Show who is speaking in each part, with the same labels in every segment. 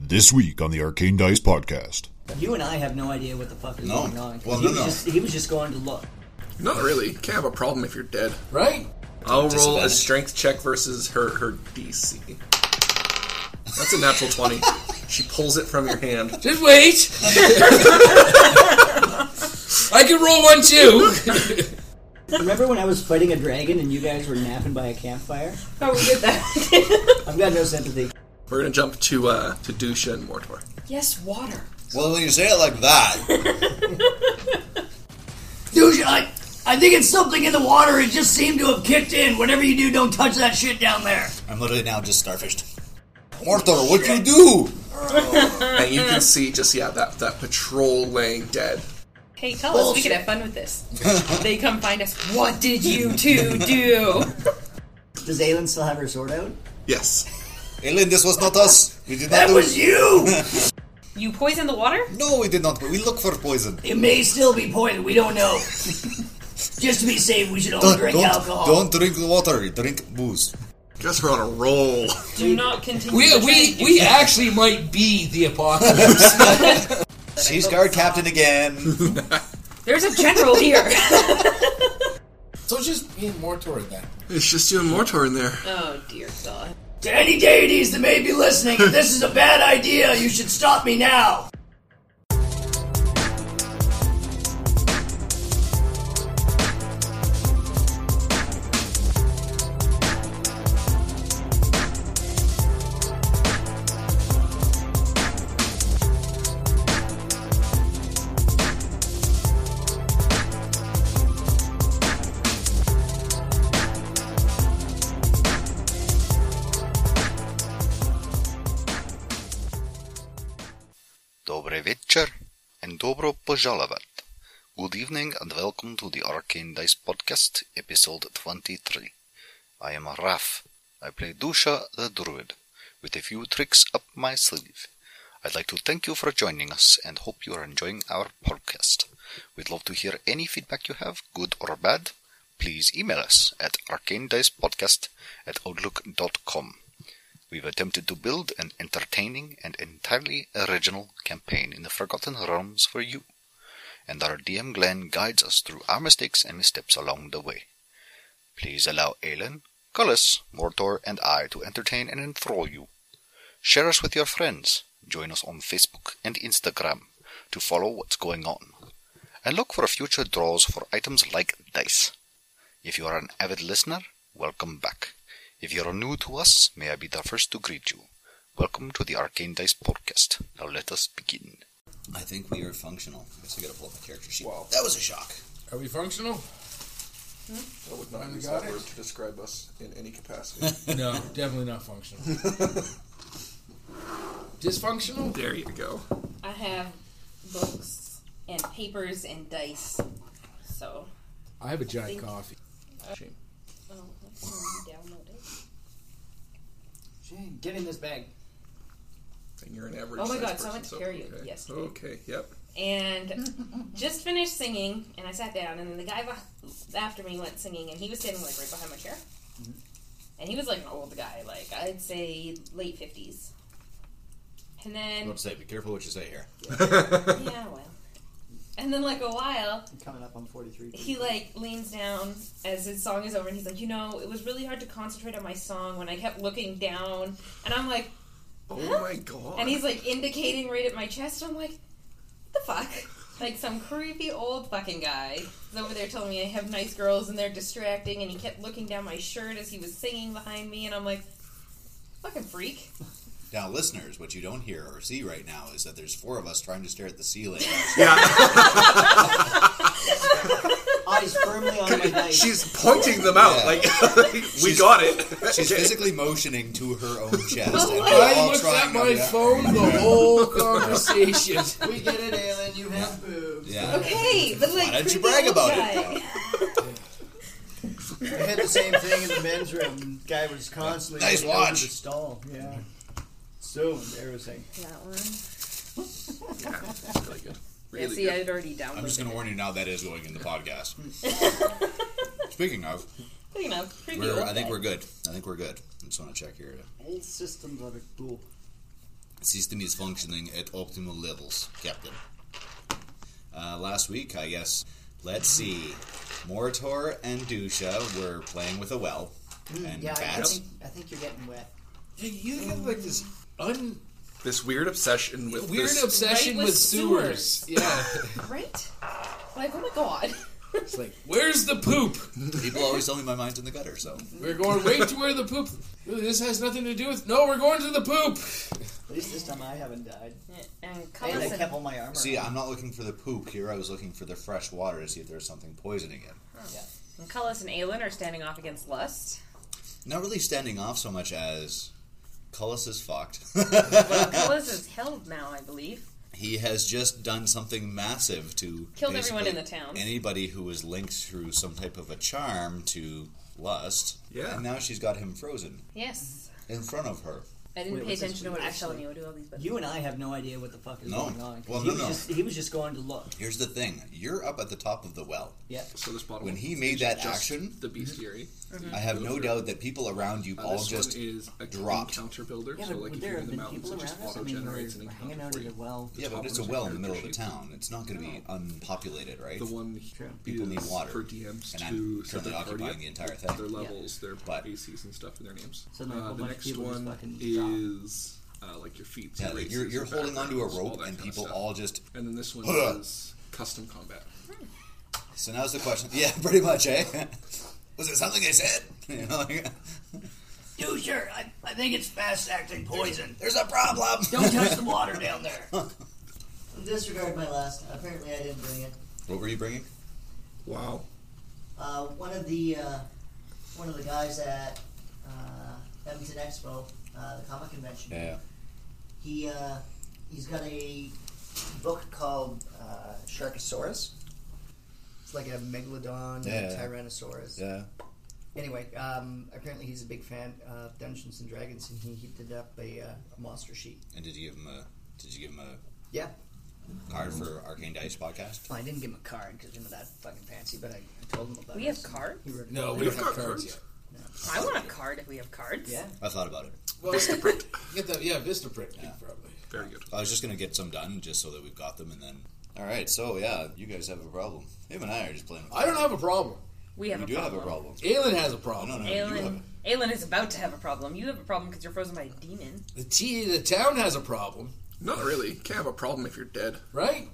Speaker 1: This week on the Arcane Dice Podcast.
Speaker 2: You and I have no idea what the fuck is
Speaker 3: No.
Speaker 2: going on. 'cause
Speaker 3: Well,
Speaker 2: he,
Speaker 3: no,
Speaker 2: was
Speaker 3: no.
Speaker 2: Just, he was just going to look.
Speaker 4: Not really. You can't have a problem if you're dead.
Speaker 2: Right?
Speaker 4: I'll roll a
Speaker 3: Disadvantage.
Speaker 4: strength check versus her her DC. That's a natural twenty. she pulls it from your hand.
Speaker 5: Just wait. I can roll one too.
Speaker 2: Remember when I was fighting a dragon and you guys were napping by a campfire?
Speaker 6: Oh, we did that.
Speaker 2: I've got no sympathy.
Speaker 4: We're gonna jump to uh to Dusha and Mortor.
Speaker 6: yes, water.
Speaker 3: Well, when you say it like that,
Speaker 7: Dude, I, I think it's something in the water. It just seemed to have kicked in. Whatever you do, don't touch that shit down there.
Speaker 3: I'm literally now just starfished. Mortor, what you do?
Speaker 4: And you can see just yeah that that patrol laying dead.
Speaker 6: Hey, tell us. We could have fun with this. they come find us. What did you two do?
Speaker 2: Does Aelin still have her sword out?
Speaker 4: Yes.
Speaker 3: Alien, this was not us. We did not
Speaker 7: That
Speaker 3: do
Speaker 7: was
Speaker 3: it.
Speaker 7: you!
Speaker 6: You poison the water?
Speaker 3: No, we did not. We look for poison.
Speaker 7: It may still be poison. We don't know. just to be safe, we should only
Speaker 3: Don't,
Speaker 7: drink
Speaker 3: don't,
Speaker 7: alcohol.
Speaker 3: don't drink the water. Drink booze.
Speaker 4: Guess we're on a roll.
Speaker 6: Do not continue.
Speaker 5: We
Speaker 6: the
Speaker 5: we
Speaker 6: trend.
Speaker 5: we actually might be the apocalypse.
Speaker 3: She's guard captain again.
Speaker 6: There's a general here.
Speaker 8: So it's just me and Mortor then.
Speaker 4: It's just you and Mortor in there.
Speaker 6: oh dear God.
Speaker 7: To any deities that may be listening, if this is a bad idea, you should stop me now.
Speaker 9: Dobre večer and dobro požalavat. Good evening and welcome to the Arcane Dice Podcast, episode 23. I am Raf. I play Dusha the Druid, with a few tricks up my sleeve. I'd like to thank you for joining us and hope you are enjoying our podcast. We'd love to hear any feedback you have, good or bad. Please email us at arcanedicepodcast at outlook.com. We've attempted to build an entertaining and entirely original campaign in the Forgotten Realms for you, and our DM Glenn guides us through our mistakes and missteps along the way. Please allow Aelin, Cullis, Mortor, and I to entertain and enthrall you. Share us with your friends. Join us on Facebook and Instagram to follow what's going on. And look for future draws for items like dice. If you are an avid listener, welcome back. If you are new to us, may I be the first to greet you. Welcome to the Arcane Dice Podcast. Now let us begin.
Speaker 3: I think we are functional. I just gotta pull up my character sheet. Wow. That was a shock.
Speaker 8: Are we functional?
Speaker 4: I would not
Speaker 8: Finally
Speaker 4: use
Speaker 8: got
Speaker 4: that
Speaker 8: it.
Speaker 4: word to describe us in any capacity.
Speaker 8: No, definitely not functional. Dysfunctional?
Speaker 4: there you go.
Speaker 6: I have books and papers and dice. So.
Speaker 8: I have a giant coffee.
Speaker 6: Oh, that's when you download it.
Speaker 2: Shane, get in this bag.
Speaker 4: And you're an average.
Speaker 6: Oh my
Speaker 4: size
Speaker 6: God,
Speaker 4: person,
Speaker 6: someone to
Speaker 4: so-
Speaker 6: carry you.
Speaker 4: Okay.
Speaker 6: Yes.
Speaker 4: Okay. Yep.
Speaker 6: and just finished singing and i sat down and then the guy beh- after me went singing and he was standing like right behind my chair and he was like an old guy like i'd say late 50s and then
Speaker 3: to say, be careful what you say here.
Speaker 6: yeah well and then like a while
Speaker 2: I'm coming up on 43.
Speaker 6: he like leans down as his song is over and he's like you know it was really hard to concentrate on my song when i kept looking down and i'm like
Speaker 4: Oh my god.
Speaker 6: And he's like indicating right at my chest. I'm like, what the fuck? Like some creepy old fucking guy is over there telling me I have nice girls and they're distracting. And he kept looking down my shirt as he was singing behind me. And I'm like, fucking freak.
Speaker 3: Now, listeners, what you don't hear or see right now is that there's four of us trying to stare at the ceiling.
Speaker 2: Eyes firmly on my knife.
Speaker 4: She's pointing them out.
Speaker 3: Yeah.
Speaker 4: Like we got it.
Speaker 3: She's physically motioning to her own chest. and we're
Speaker 5: I
Speaker 3: all
Speaker 5: looked
Speaker 3: trying
Speaker 5: at
Speaker 3: not
Speaker 5: my
Speaker 3: to-
Speaker 5: phone the whole conversation.
Speaker 2: we get it, Aelin. You have boobs.
Speaker 3: Yeah.
Speaker 6: Okay, but like,
Speaker 3: Why don't you
Speaker 6: creepy
Speaker 3: brag
Speaker 6: old
Speaker 3: about
Speaker 6: guy.
Speaker 3: it?
Speaker 2: I had the same thing in the men's room. Guy was constantly
Speaker 3: Nice
Speaker 2: looking over
Speaker 3: watch.
Speaker 2: the stall. Yeah. So embarrassing.
Speaker 6: That one.
Speaker 4: really good.
Speaker 6: Yeah,
Speaker 4: Really
Speaker 6: see, I
Speaker 4: good.
Speaker 6: had already downloaded.
Speaker 3: I'm just going to
Speaker 6: it.
Speaker 3: warn you now that is going in the podcast. Speaking of,
Speaker 6: You know, creepy
Speaker 3: we're,
Speaker 6: old
Speaker 3: I think
Speaker 6: guy.
Speaker 3: we're good. I think we're good. I just want to check here.
Speaker 2: Old systems are cool.
Speaker 3: System is functioning at optimal levels, Captain. Uh, last week, I guess, let's see. Morator and Dusha were playing with a well. And
Speaker 2: Hmm, yeah, I
Speaker 3: bats.
Speaker 2: think, I think you're getting wet.
Speaker 8: You, you have like this un
Speaker 4: This weird obsession with
Speaker 5: Weird
Speaker 4: this.
Speaker 5: obsession
Speaker 6: Right with
Speaker 5: with sewers. Yeah.
Speaker 6: Right? Like, oh my god.
Speaker 8: it's like
Speaker 5: Where's the poop?
Speaker 3: People always tell me my mind's in the gutter, so.
Speaker 5: We're going right to where the poop. Really, this has nothing to do with. No, we're going to the poop.
Speaker 2: At least this time I haven't died.
Speaker 6: And
Speaker 2: And I
Speaker 6: Collison.
Speaker 2: kept all my armor.
Speaker 3: See, I'm not looking for the poop here. I was looking for the fresh water to see if there was something poisoning it.
Speaker 6: And Cullis and Aelin are standing off against Lust.
Speaker 3: Not really standing off so much as Cullis is fucked.
Speaker 6: Well, Cullis is held now, I believe.
Speaker 3: he has just done something massive to
Speaker 6: Killed everyone
Speaker 3: basically
Speaker 6: in the town.
Speaker 3: Anybody who was linked through some type of a charm to lust.
Speaker 4: Yeah.
Speaker 3: And now she's got him frozen
Speaker 6: Yes.
Speaker 3: in front of her.
Speaker 6: I didn't
Speaker 2: Wait,
Speaker 6: pay
Speaker 2: what's this
Speaker 6: attention to what
Speaker 2: weird
Speaker 6: I was telling
Speaker 2: actually?
Speaker 6: you. I do all these, but
Speaker 2: You and I have no idea what the fuck is
Speaker 3: No.
Speaker 2: going on. 'cause
Speaker 3: Well,
Speaker 2: he
Speaker 3: no,
Speaker 2: was
Speaker 3: no.
Speaker 2: Just, he was just going to look.
Speaker 3: Here's the thing: you're up at the top of the well.
Speaker 2: Yeah.
Speaker 4: So this bottle.
Speaker 3: When he made that
Speaker 4: Just
Speaker 3: action-
Speaker 4: the bestiary.
Speaker 3: I have no doubt that people around you
Speaker 4: Uh,
Speaker 3: all
Speaker 4: this
Speaker 3: just
Speaker 4: one is a
Speaker 3: dropped.
Speaker 4: encounter builder,
Speaker 2: Yeah,
Speaker 4: so
Speaker 2: but
Speaker 4: like
Speaker 2: would
Speaker 4: if you're
Speaker 2: there
Speaker 4: in
Speaker 2: have
Speaker 4: the
Speaker 2: been
Speaker 4: mountains,
Speaker 2: people
Speaker 4: it
Speaker 2: around
Speaker 4: just
Speaker 2: us? I
Speaker 4: auto
Speaker 2: mean, we're
Speaker 4: generates an
Speaker 2: hanging
Speaker 4: encounter
Speaker 2: out
Speaker 4: for
Speaker 2: at
Speaker 4: you.
Speaker 2: a well.
Speaker 3: yeah, but
Speaker 4: top
Speaker 3: it's a
Speaker 4: one's
Speaker 3: well in
Speaker 4: a
Speaker 3: the middle of the
Speaker 4: character
Speaker 3: town. It's not going to be unpopulated, right?
Speaker 4: The one
Speaker 3: People need
Speaker 4: is
Speaker 3: water.
Speaker 4: for DMs
Speaker 3: And
Speaker 4: to
Speaker 3: I'm
Speaker 4: set
Speaker 3: currently
Speaker 4: their party
Speaker 3: occupying
Speaker 4: up,
Speaker 3: the entire thing.
Speaker 4: Their levels, their
Speaker 3: But-
Speaker 4: ACs and stuff, and their names.
Speaker 2: So then a
Speaker 4: uh,
Speaker 2: whole
Speaker 4: the
Speaker 2: bunch of
Speaker 4: next
Speaker 2: people just
Speaker 4: one
Speaker 2: fucking
Speaker 4: is uh, like your feet.
Speaker 3: Yeah,
Speaker 4: your
Speaker 3: like
Speaker 4: races,
Speaker 3: you're, you're
Speaker 4: your
Speaker 3: holding onto a
Speaker 4: backgrounds, all
Speaker 3: rope,
Speaker 4: that
Speaker 3: and
Speaker 4: kind of
Speaker 3: people
Speaker 4: stuff.
Speaker 3: all just.
Speaker 4: And then this one
Speaker 3: Huh.
Speaker 4: is custom combat.
Speaker 3: So now's the question. Yeah, pretty much, eh? Was it something I said? You know, like,
Speaker 7: Dude, sure. I, I think it's fast acting poison.
Speaker 3: There's a problem.
Speaker 7: Don't touch the water down there.
Speaker 10: Disregard my last. Apparently, I didn't bring it.
Speaker 3: What were you bringing?
Speaker 4: Wow.
Speaker 10: Uh, one of the uh, one of the guys at uh, Edmonton Expo, uh, the comic convention. He uh, he's got a book called uh, Sharkosaurus. It's like a megalodon,
Speaker 3: Yeah.
Speaker 10: a tyrannosaurus.
Speaker 3: yeah.
Speaker 10: Anyway, um, apparently he's a big fan of Dungeons and Dragons, and he heated up a, uh, a monster sheet.
Speaker 3: And did you give him a? Did you give him a
Speaker 10: Yeah,
Speaker 3: card for Arcane Dice podcast?
Speaker 10: well, I didn't give him a card because I'm that fucking fancy, but I, I told him about
Speaker 6: we
Speaker 10: it.
Speaker 6: have cards?
Speaker 10: He wrote-
Speaker 5: No, we don't
Speaker 4: We've
Speaker 5: have
Speaker 4: got cards.
Speaker 5: cards yet.
Speaker 6: I want a card if we have cards.
Speaker 10: Yeah.
Speaker 3: I thought about it.
Speaker 8: well, Vistaprint. Get that? Yeah, Vistaprint. Yeah. Probably.
Speaker 4: Very good.
Speaker 3: I was just gonna get some done just so that we've got them, and then. All right, so yeah, you guys have a problem. Him and I are just playing. With
Speaker 8: I don't have a problem.
Speaker 6: We have
Speaker 3: You
Speaker 6: a
Speaker 3: do
Speaker 6: problem.
Speaker 3: have a problem.
Speaker 8: Aelin has a
Speaker 3: No,
Speaker 8: problem.
Speaker 3: no, no. You have
Speaker 6: Aelin,
Speaker 3: a,
Speaker 6: Aelin is about to have a problem. You have a problem because you're frozen by a demon.
Speaker 8: The t the town has a problem,
Speaker 4: Not really. Can't have a problem if you're dead.
Speaker 8: right?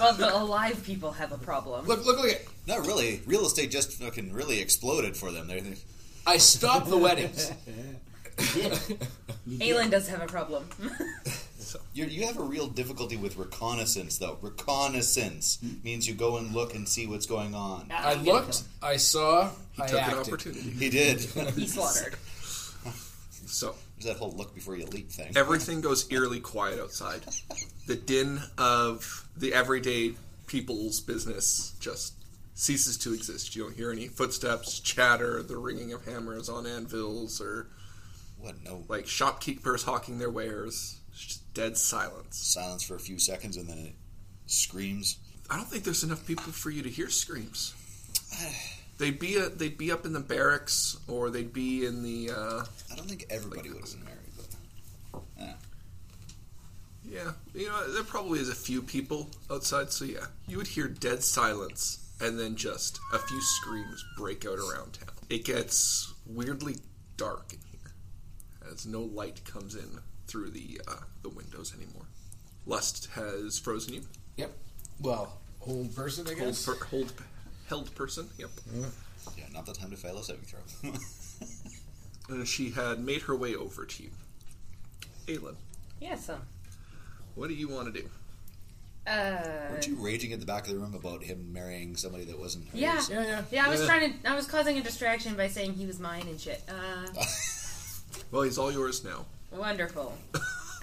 Speaker 6: Well, the alive people have a problem.
Speaker 8: Look, look, look at.
Speaker 3: not really. Real estate just fucking really exploded for them. They're, they're-
Speaker 8: I stopped the weddings.
Speaker 6: Aelin does have a problem.
Speaker 3: you're, you have a real difficulty with reconnaissance, though. Reconnaissance means you go and look and see what's going on.
Speaker 8: I looked. I saw. I
Speaker 4: Took an
Speaker 8: acted.
Speaker 4: opportunity.
Speaker 3: He did. There's
Speaker 6: he slaughtered.
Speaker 4: So
Speaker 3: that whole look before you leap thing.
Speaker 4: everything goes eerily quiet outside. The din of the everyday people's business just ceases to exist. You don't hear any footsteps, chatter, the ringing of hammers on anvils, or
Speaker 3: What? No.
Speaker 4: like shopkeepers hawking their wares. It's just dead silence.
Speaker 3: Silence for a few seconds, and then it screams.
Speaker 4: I don't think there's enough people for you to hear screams. They'd be uh they'd be up in the barracks, or they'd be in the uh,
Speaker 3: I don't think everybody would have been married, but
Speaker 4: Yeah, you know, there probably is a few people outside, so yeah. You would hear dead silence and then just a few screams break out around town. It gets weirdly dark in here as no light comes in through the uh, the windows anymore. Lust has frozen you.
Speaker 8: Yep. Well, old person, I
Speaker 4: Hold,
Speaker 8: guess.
Speaker 4: per, hold held person. Yep.
Speaker 3: yeah, not the time to fail a saving throw.
Speaker 4: And she had made her way over to you. Aelin,
Speaker 6: Yeah, so.
Speaker 4: what do you want to do?
Speaker 6: Uh,
Speaker 3: Weren't you raging at the back of the room about him marrying somebody that wasn't hers?
Speaker 6: yeah.
Speaker 8: yeah, yeah.
Speaker 6: Yeah, I was trying to. I was causing a distraction by saying he was mine and shit. Uh,
Speaker 4: Well, he's all yours now.
Speaker 6: wonderful.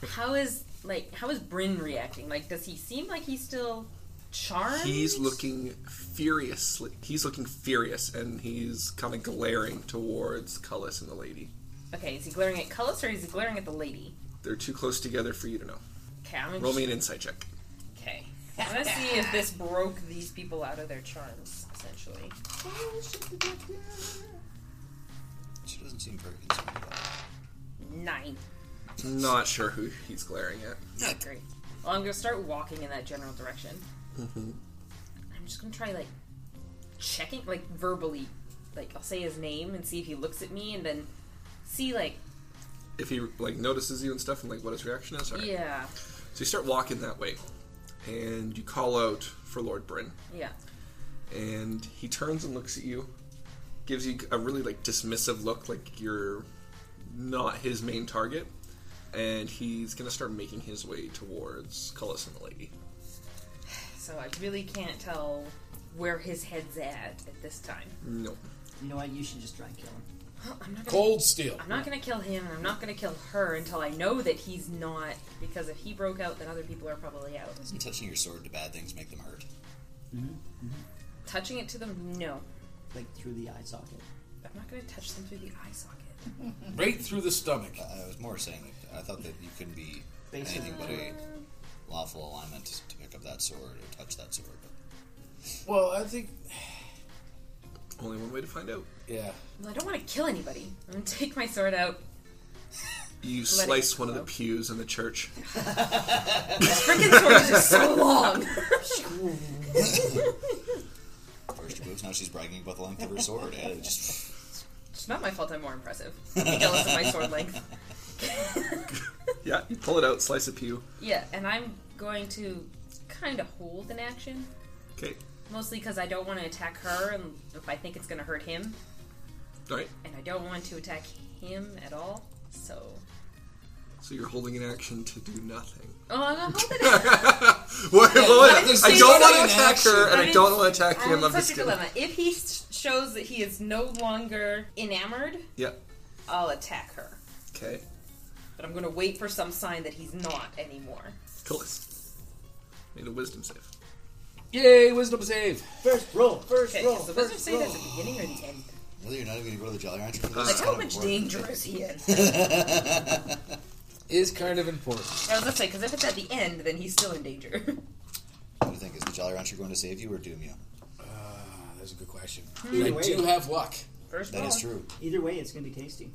Speaker 6: how is like how is Bryn reacting? Like, does he seem like he's still charmed?
Speaker 4: He's looking furiously. He's looking furious, and he's kind of glaring towards Cullis and the lady.
Speaker 6: Okay, is he glaring at Cullis or is he glaring at the lady?
Speaker 4: They're too close together for you to know.
Speaker 6: Okay, I'm
Speaker 4: Roll
Speaker 6: gonna
Speaker 4: me an insight check.
Speaker 6: Okay. I'm gonna see if this broke these people out of their charms, essentially.
Speaker 3: She doesn't seem very concerned about it.
Speaker 6: Nine.
Speaker 4: Not sure who he's glaring at.
Speaker 6: Oh, great. Well, I'm gonna start walking in that general direction.
Speaker 4: Mm-hmm.
Speaker 6: I'm just gonna try like checking, like verbally, like I'll say his name and see if he looks at me, and then see like
Speaker 4: If he like notices you and stuff, and like what his reaction is. all right.
Speaker 6: yeah,
Speaker 4: So you start walking that way, and you call out for Lord Bryn,
Speaker 6: yeah.
Speaker 4: and he turns and looks at you, gives you a really like dismissive look, like you're not his main target, and he's gonna start making his way towards Cullis and the lady.
Speaker 6: So I really can't tell where his head's at at this time.
Speaker 4: No.
Speaker 10: You know what? You should just try and kill him.
Speaker 6: Well, I'm not gonna,
Speaker 5: Cold steel.
Speaker 6: I'm not gonna kill him. and I'm not gonna kill her until I know that he's not. Because if he broke out, then other people are probably out.
Speaker 3: Doesn't touching your sword to bad things make them hurt?
Speaker 6: Touching it to them, no.
Speaker 10: Like through the eye socket.
Speaker 6: I'm not gonna touch them through the eye socket.
Speaker 5: Right through the stomach.
Speaker 3: I I was more saying that I thought that you couldn't be
Speaker 10: Based
Speaker 3: anything but a lawful alignment to, to pick up that sword or touch that sword.
Speaker 5: Well, I think.
Speaker 4: Only one way to find out.
Speaker 5: Yeah.
Speaker 6: Well, I don't want to kill anybody. I'm gonna take my sword out,
Speaker 4: You
Speaker 6: Let it
Speaker 4: slice one of the
Speaker 6: go.
Speaker 4: pews in the church.
Speaker 6: freaking swords are so long.
Speaker 3: First your boobs, now she's bragging about the length of her sword. eh? Just-
Speaker 6: it's not my fault. I'm more impressive. I'm jealous of my sword length.
Speaker 4: Yeah, you pull it out, slice a pew.
Speaker 6: Yeah, and I'm going to kind of hold an action,
Speaker 4: Okay.
Speaker 6: mostly because I don't want to attack her, and if I think it's gonna hurt him,
Speaker 4: All right.
Speaker 6: and I don't want to attack him at all. So,
Speaker 4: So you're holding an action to do nothing.
Speaker 6: oh, I'm gonna hold it.
Speaker 4: What- what-
Speaker 6: there's
Speaker 4: I
Speaker 6: two
Speaker 4: don't want
Speaker 6: in
Speaker 4: to attack her, and I don't want to attack
Speaker 6: I'm
Speaker 4: him.
Speaker 6: in
Speaker 4: I'm
Speaker 6: such
Speaker 4: just
Speaker 6: a
Speaker 4: gonna.
Speaker 6: dilemma. If he s- shows that he is no longer enamored,
Speaker 4: Yeah.
Speaker 6: I'll attack her.
Speaker 4: Okay.
Speaker 6: But I'm gonna wait for some sign that he's not anymore.
Speaker 4: Cullis. Made a wisdom save.
Speaker 5: Yay, wisdom save.
Speaker 10: First roll, first
Speaker 6: Okay,
Speaker 10: roll.
Speaker 6: is the
Speaker 10: first
Speaker 6: wizard saying at the beginning or the end?
Speaker 3: really, you're not even going to go to the Jolly Rancher for this?
Speaker 6: Like,
Speaker 3: It's
Speaker 6: how
Speaker 3: kind of
Speaker 6: much
Speaker 3: boring.
Speaker 6: danger is he in?
Speaker 5: Is kind of important.
Speaker 6: I was gonna say, because if it's at the end, then he's still in danger.
Speaker 3: What do you think? Is the Jolly Rancher going to save you or doom you?
Speaker 5: Ah, that's a good question.
Speaker 10: Either
Speaker 5: I
Speaker 10: way.
Speaker 5: do have luck.
Speaker 6: First
Speaker 3: That
Speaker 6: roll.
Speaker 3: is true.
Speaker 10: Either way, it's gonna be tasty.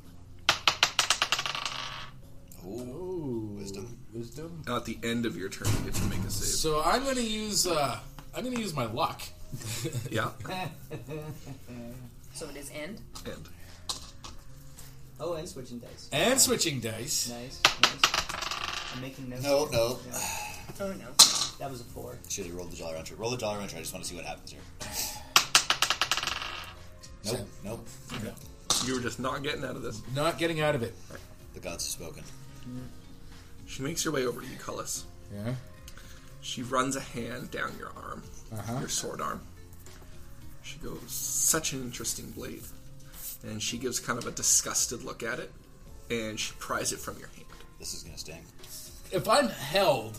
Speaker 3: Oh,
Speaker 5: Ooh.
Speaker 3: Wisdom.
Speaker 5: Wisdom.
Speaker 4: Now at the end of your turn, you get to make a save.
Speaker 5: So I'm gonna use. uh I'm gonna use my luck.
Speaker 4: Yeah.
Speaker 6: So it is end.
Speaker 4: And
Speaker 10: Oh, and switching dice.
Speaker 5: And switching dice.
Speaker 10: Nice, nice. I'm making notes.
Speaker 3: No,
Speaker 10: here.
Speaker 3: no.
Speaker 10: Yeah,
Speaker 6: Oh no.
Speaker 10: that was a four.
Speaker 3: should have rolled the Jolly Rancher. Roll the Jolly Rancher. I just want to see what happens here. Nope, nope.
Speaker 4: you were just not getting out of this.
Speaker 5: Not getting out of it.
Speaker 3: The gods have spoken.
Speaker 4: She makes her way over to you, Cullis.
Speaker 5: Yeah.
Speaker 4: She runs a hand down your arm,
Speaker 5: Uh-huh.
Speaker 4: your sword arm. She goes, such an interesting blade. And she gives kind of a disgusted look at it, and she pries it from your hand.
Speaker 3: This is going to sting.
Speaker 5: If I'm held,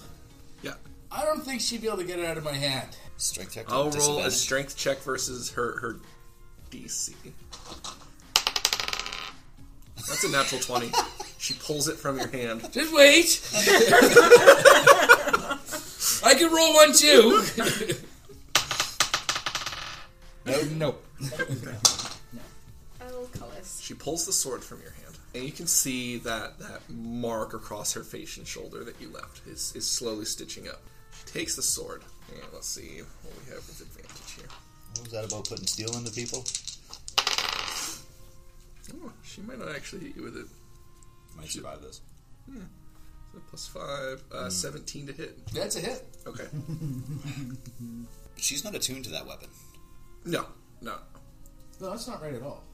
Speaker 4: Yeah.
Speaker 5: I don't think she'd be able to get it out of my hand.
Speaker 3: Strength check. to
Speaker 4: I'll roll a
Speaker 3: disadvantage.
Speaker 4: strength check versus her her DC. That's a natural twenty. She pulls it from your hand.
Speaker 5: Just wait. I can roll one too. nope. Nope.
Speaker 6: Oh, Cullis.
Speaker 4: She pulls the sword from your hand, and you can see that that mark across her face and shoulder that you left is is slowly stitching up. She takes the sword, and let's see what we have with advantage here.
Speaker 3: What was that about putting steel into people?
Speaker 4: Oh, she might not actually hit you with it.
Speaker 3: Might survive this.
Speaker 4: So plus five, uh, seventeen to hit.
Speaker 5: That's a hit.
Speaker 4: Okay.
Speaker 3: But she's not attuned to that weapon.
Speaker 4: No, no.
Speaker 5: No, that's not right at all.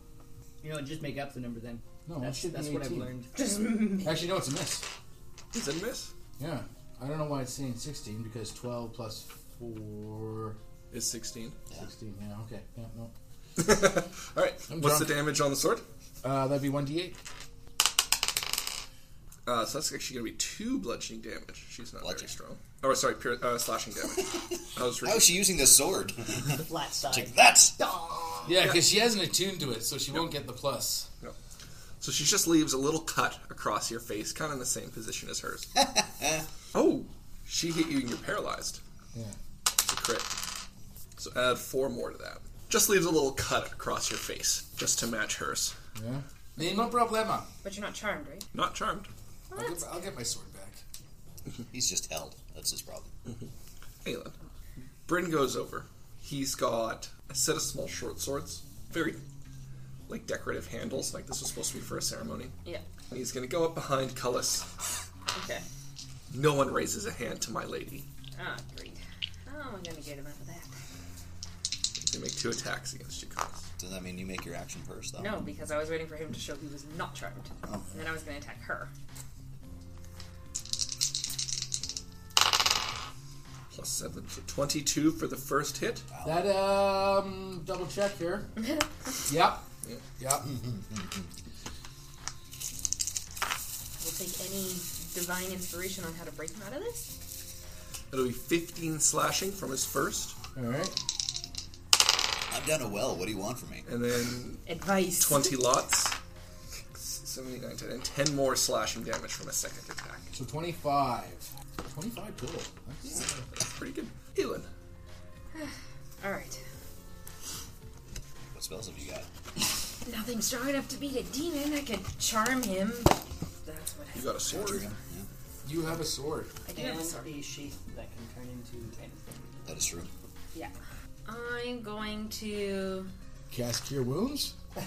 Speaker 10: You know, just make up the number then.
Speaker 5: No, it
Speaker 10: that's
Speaker 5: should
Speaker 10: that's
Speaker 5: be
Speaker 10: what I've
Speaker 5: 18.
Speaker 10: learned.
Speaker 5: Actually, no, it's a miss.
Speaker 4: Is it a miss?
Speaker 5: Yeah. I don't know why it's saying 16 because 12 plus 4.
Speaker 4: Is sixteen.
Speaker 5: 16. Yeah, okay. Yeah, no.
Speaker 4: All right.
Speaker 5: I'm
Speaker 4: What's
Speaker 5: drunk.
Speaker 4: the damage on the sword?
Speaker 5: Uh, that'd be 1d8.
Speaker 4: Uh, so that's actually going to be two bludgeoning damage. She's not
Speaker 3: Bludgeoning.
Speaker 4: very strong. Oh, sorry, pure, uh, slashing damage. I was
Speaker 3: How
Speaker 4: reading.
Speaker 3: is she using this sword?
Speaker 10: The flat side.
Speaker 3: like, that's.
Speaker 5: Yeah, because she hasn't attuned to it, so she won't get the plus.
Speaker 4: No. So she just leaves a little cut across your face, kind of in the same position as hers. oh, she hit you and you're paralyzed.
Speaker 5: Yeah.
Speaker 4: It's a crit. So add four more to that. Just leaves a little cut across your face, just to match hers.
Speaker 5: Yeah. No problema.
Speaker 6: But you're not charmed, right?
Speaker 4: Not charmed.
Speaker 8: I'll get, I'll get my sword back.
Speaker 3: He's just held. That's his problem.
Speaker 4: Aelin. Bryn goes over. He's got a set of small short swords, very like decorative handles, like this was supposed to be for a ceremony.
Speaker 6: Yeah.
Speaker 4: And he's gonna go up behind Cullis.
Speaker 6: Okay.
Speaker 4: No one raises a hand to my lady.
Speaker 6: Ah, great. Oh, I'm gonna get him out of that.
Speaker 4: They make two attacks against you, Cullis.
Speaker 3: Does that mean you make your action first, though?
Speaker 6: No, because I was waiting for him to show he was not charmed.
Speaker 3: Oh.
Speaker 6: And then I was going to attack her.
Speaker 4: Plus seven, so twenty-two for the first hit.
Speaker 5: That um, double check here. yep. Yep.
Speaker 6: We'll take any divine inspiration on how to break him out of this.
Speaker 4: It'll be fifteen slashing from his first,
Speaker 5: All right.
Speaker 3: I've done a well. What do you want from me?
Speaker 4: and then
Speaker 6: Advice.
Speaker 4: twenty lots. Seventy-nine, ten, and ten more slashing damage from a second attack.
Speaker 5: So 25. 25 total. That's-
Speaker 4: That's pretty good. Elin,
Speaker 6: All right.
Speaker 3: What spells have you got?
Speaker 6: Nothing strong enough to beat a demon. I could charm him. That's what
Speaker 4: you got a sword.
Speaker 3: Trigger? Yeah,
Speaker 5: You have a sword.
Speaker 6: I, I do
Speaker 10: And
Speaker 6: have a sword.
Speaker 10: a sheath that can turn into anything.
Speaker 3: that is true.
Speaker 6: Yeah. I'm going to.
Speaker 5: Cast Cure Wounds?
Speaker 6: Do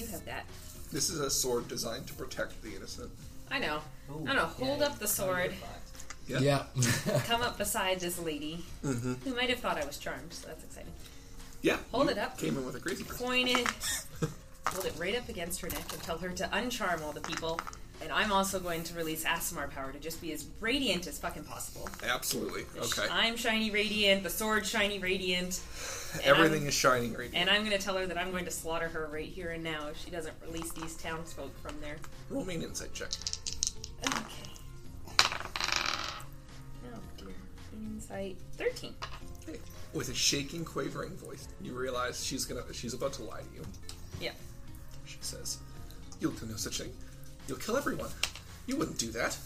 Speaker 6: you have that?
Speaker 4: This is a sword designed to protect the innocent.
Speaker 6: I know. I'm going to hold up the sword,
Speaker 5: Yeah.
Speaker 6: come up beside this lady who might have thought I was charmed, so that's exciting.
Speaker 4: Yeah.
Speaker 6: Hold
Speaker 4: you
Speaker 6: it up.
Speaker 4: Came in with a crazy. person.
Speaker 6: Point it, hold it right up against her neck, and tell her to uncharm all the people. And I'm also going to release Asmar power to just be as radiant as fucking possible.
Speaker 4: Absolutely. Okay.
Speaker 6: I'm shiny radiant, the sword shiny radiant,
Speaker 4: Everything
Speaker 6: I'm-
Speaker 4: is shining right now.
Speaker 6: and I'm going to tell her that I'm going to slaughter her right here and now if she doesn't release these townsfolk from there.
Speaker 4: Roll me an insight check.
Speaker 6: Okay. Oh dear. Insight 13.
Speaker 4: Hey. With a shaking, quavering voice, you realize she's gonna she's about to lie to you.
Speaker 6: Yeah.
Speaker 4: She says, "You'll do no such thing. You'll kill everyone. You wouldn't do that.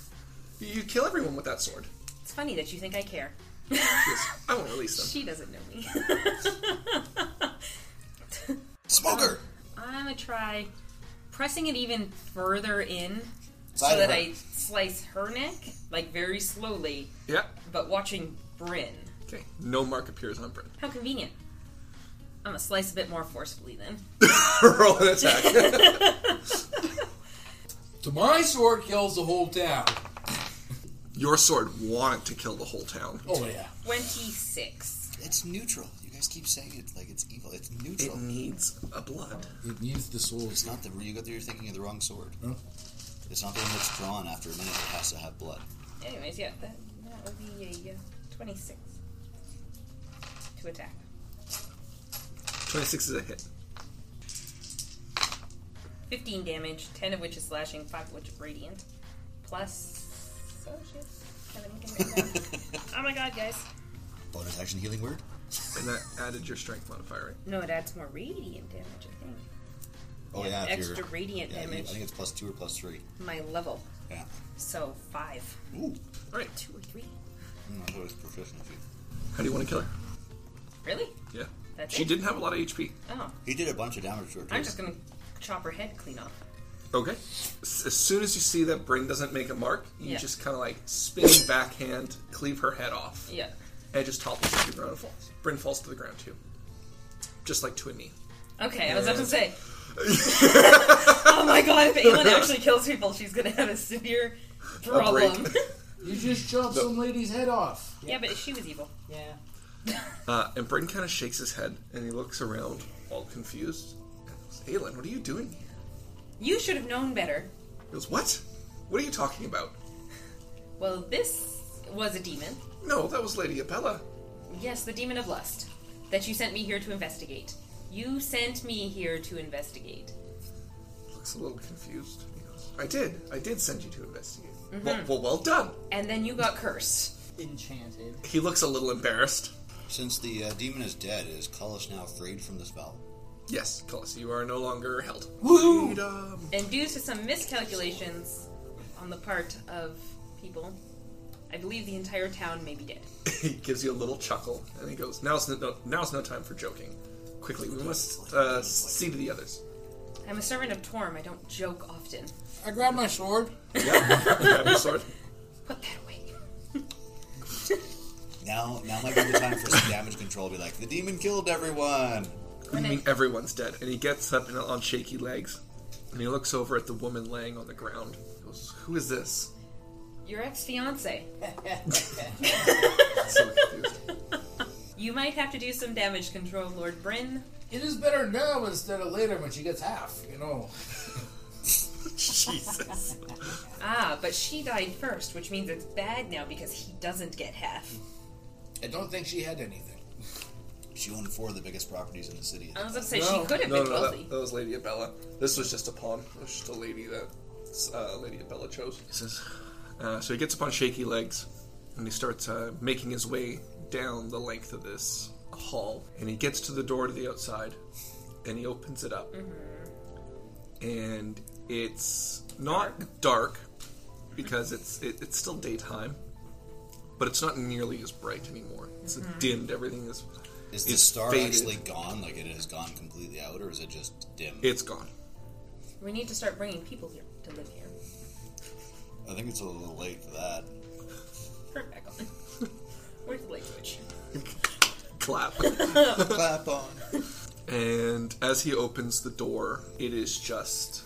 Speaker 4: You- You'd kill everyone with that sword."
Speaker 6: It's funny that you think I care.
Speaker 4: She goes, "I won't release them."
Speaker 6: She doesn't know me.
Speaker 3: Smoker!
Speaker 6: I'm going to try pressing it even further in
Speaker 3: Side
Speaker 6: so
Speaker 3: of
Speaker 6: that
Speaker 3: her.
Speaker 6: I slice her neck, like very slowly,
Speaker 4: Yeah.
Speaker 6: but watching Bryn.
Speaker 4: Okay. No mark appears on Bryn.
Speaker 6: How convenient. I'm going to slice a bit more forcefully then.
Speaker 4: Roll an attack.
Speaker 5: so my sword kills the whole town.
Speaker 4: Your sword wanted to kill the whole town.
Speaker 5: Oh, yeah.
Speaker 6: 26.
Speaker 3: It's neutral. You guys keep saying it's like it's evil. It's
Speaker 4: It
Speaker 3: neutral.
Speaker 4: needs a blood.
Speaker 5: It needs the souls.
Speaker 3: It's not the you got you're thinking of the wrong sword.
Speaker 5: Huh?
Speaker 3: It's not the one that's drawn after a minute. It has to have blood.
Speaker 6: Anyways, yeah, that, that would be a uh, 26 to attack.
Speaker 4: Twenty-six is a hit.
Speaker 6: 15 damage, 10 of which is slashing, 5 of which is radiant. Plus. Oh shit. Kinda making it right now. oh my god, guys.
Speaker 3: Bonus action healing word.
Speaker 4: And that added your strength modifier. Right?
Speaker 6: No, it adds more radiant damage, I think.
Speaker 3: Oh
Speaker 6: Yeah,
Speaker 3: yeah, if
Speaker 6: extra
Speaker 3: you're-
Speaker 6: radiant
Speaker 3: yeah, you-
Speaker 6: damage.
Speaker 3: I think it's plus two or plus three.
Speaker 6: My level.
Speaker 3: Yeah.
Speaker 6: So, 5.
Speaker 3: Ooh.
Speaker 4: All right.
Speaker 6: 2 or 3.
Speaker 3: Mm, I thought it was proficiency.
Speaker 4: How do you want to kill her?
Speaker 6: Really?
Speaker 4: Yeah.
Speaker 6: That's
Speaker 4: She
Speaker 6: it?
Speaker 4: didn't have a lot of HP.
Speaker 6: Oh.
Speaker 3: He did a bunch of damage to her.
Speaker 6: I'm
Speaker 3: too.
Speaker 6: just gonna chop her head clean off.
Speaker 4: Okay. S- As soon as you see that Bryn doesn't make a mark, you
Speaker 6: Yeah.
Speaker 4: just kind of like spin backhand, cleave her head off,
Speaker 6: Yeah.
Speaker 4: and it just topples to the ground and falls. Bryn falls to the ground too, just like to a knee.
Speaker 6: Okay, I was about to say. oh my god, if Aelin actually kills people, she's gonna have a severe
Speaker 4: break.
Speaker 6: problem.
Speaker 5: You just chopped some lady's head off.
Speaker 6: yeah, but she was evil.
Speaker 10: Yeah.
Speaker 4: Uh, and Bryn kind of shakes his head and he looks around, all confused. And goes, Aelin, what are you doing here?
Speaker 6: You should have known better.
Speaker 4: He goes, What? What are you talking about?
Speaker 6: Well, this was a demon.
Speaker 4: No, that was Lady Abella.
Speaker 6: Yes, the demon of lust that you sent me here to investigate. You sent me here to investigate.
Speaker 4: Looks a little confused. He goes, I did. I did send you to investigate. Well, well, well done.
Speaker 6: And then you got cursed.
Speaker 10: Enchanted.
Speaker 4: He looks a little embarrassed.
Speaker 3: Since the uh, demon is dead, is Kalish now freed from this spell?
Speaker 4: Yes, Colossi, you are no longer held. Freedom.
Speaker 6: And due to some miscalculations on the part of people, I believe the entire town may be dead.
Speaker 4: he gives you a little chuckle and he goes, "Now's no, no now's no time for joking. Quickly, we must uh, see to the others."
Speaker 6: I'm a servant of Torm. I don't joke often.
Speaker 5: I grab my sword.
Speaker 4: Grab your sword.
Speaker 6: Put that away.
Speaker 3: Now, now might be the time for some damage control. Be like, the demon killed everyone.
Speaker 4: What do you mean everyone's dead? And he gets up and on shaky legs, and he looks over at the woman laying on the ground. He goes, Who is this?
Speaker 6: Your ex fiance.
Speaker 4: So confused.
Speaker 6: You might have to do some damage control, Lord Bryn.
Speaker 5: It is better now instead of later when she gets half, you know.
Speaker 4: Jesus.
Speaker 6: Ah, but she died first, which means it's bad now because he doesn't get half.
Speaker 5: I don't think she had anything.
Speaker 3: She owned four of the biggest properties in the city.
Speaker 6: I was going to say
Speaker 5: No.
Speaker 6: she could have
Speaker 4: No,
Speaker 6: been
Speaker 4: no,
Speaker 6: wealthy.
Speaker 4: that, that was Lady Abella. This was just a pawn. It was just a lady that uh, Lady Abella chose. He says, uh, so he gets up on shaky legs, and he starts uh, making his way down the length of this hall, and he gets to the door to the outside, and he opens it up,
Speaker 6: Mm-hmm.
Speaker 4: and it's not dark, because it's it, it's still daytime, but it's not nearly as bright anymore. It's
Speaker 6: Mm-hmm.
Speaker 4: dimmed. Everything is
Speaker 3: Is the
Speaker 4: It's
Speaker 3: star
Speaker 4: faded.
Speaker 3: actually gone? Like it has gone completely out, or is it just dim?
Speaker 4: it's gone.
Speaker 6: We need to start bringing people here to live here.
Speaker 3: I think it's a little late for that.
Speaker 6: Turn back on. Where's the light switch?
Speaker 4: Clap.
Speaker 3: Clap on.
Speaker 4: and as he opens the door it is just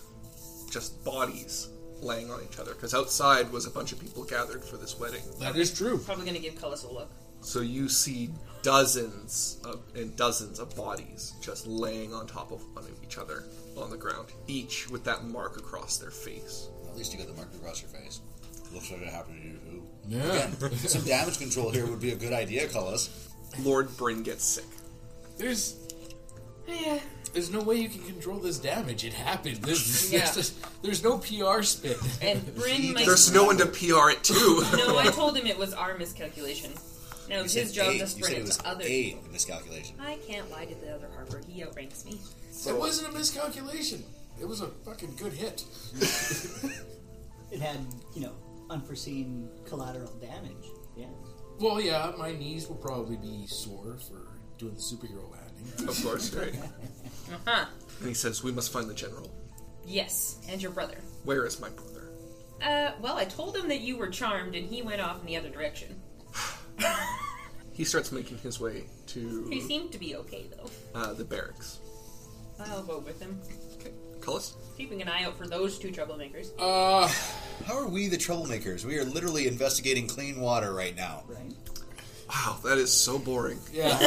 Speaker 4: just bodies laying on each other because outside was a bunch of people gathered for this wedding
Speaker 5: That is true.
Speaker 6: Probably going to give Cullis a look.
Speaker 4: so you see dozens of, and dozens of bodies just laying on top of one of each other on the ground each with that mark across their face
Speaker 3: At least you got the mark across your face. Looks like it happened to you too.
Speaker 5: Yeah.
Speaker 3: Again, some damage control here would be a good idea, Cullis.
Speaker 4: lord bryn gets sick
Speaker 5: There's
Speaker 6: Yeah.
Speaker 5: there's no way you can control this damage. It happened. There's
Speaker 6: Yeah.
Speaker 5: there's, just- there's no PR spin.
Speaker 6: And Bryn might.
Speaker 4: there's no one to pr it to
Speaker 6: No, I told him it was our miscalculation. Now it's his job to
Speaker 3: You said
Speaker 6: spread
Speaker 3: it
Speaker 6: it
Speaker 3: was
Speaker 6: to others.
Speaker 3: eight in miscalculation.
Speaker 6: I can't lie to the other Harper. He outranks me.
Speaker 5: It wasn't a miscalculation. It was a fucking good hit.
Speaker 10: It had, you know, unforeseen collateral damage. Yeah.
Speaker 5: Well, yeah, my knees will probably be sore for doing the superhero landing.
Speaker 4: of course right and
Speaker 6: Huh.
Speaker 4: he says we must find the general
Speaker 6: Yes, and your brother.
Speaker 4: where is my brother
Speaker 6: Uh, well, I told him that you were charmed, and he went off in the other direction.
Speaker 4: he starts making his way to
Speaker 6: He seemed to be okay, though.
Speaker 4: uh, the barracks
Speaker 6: I'll go with him.
Speaker 4: okay Cullis?
Speaker 6: Keeping an eye out for those two troublemakers.
Speaker 5: Uh,
Speaker 3: How are we the troublemakers? We are literally investigating clean water right now.
Speaker 10: Right.
Speaker 4: Wow, that is so boring.
Speaker 5: yeah.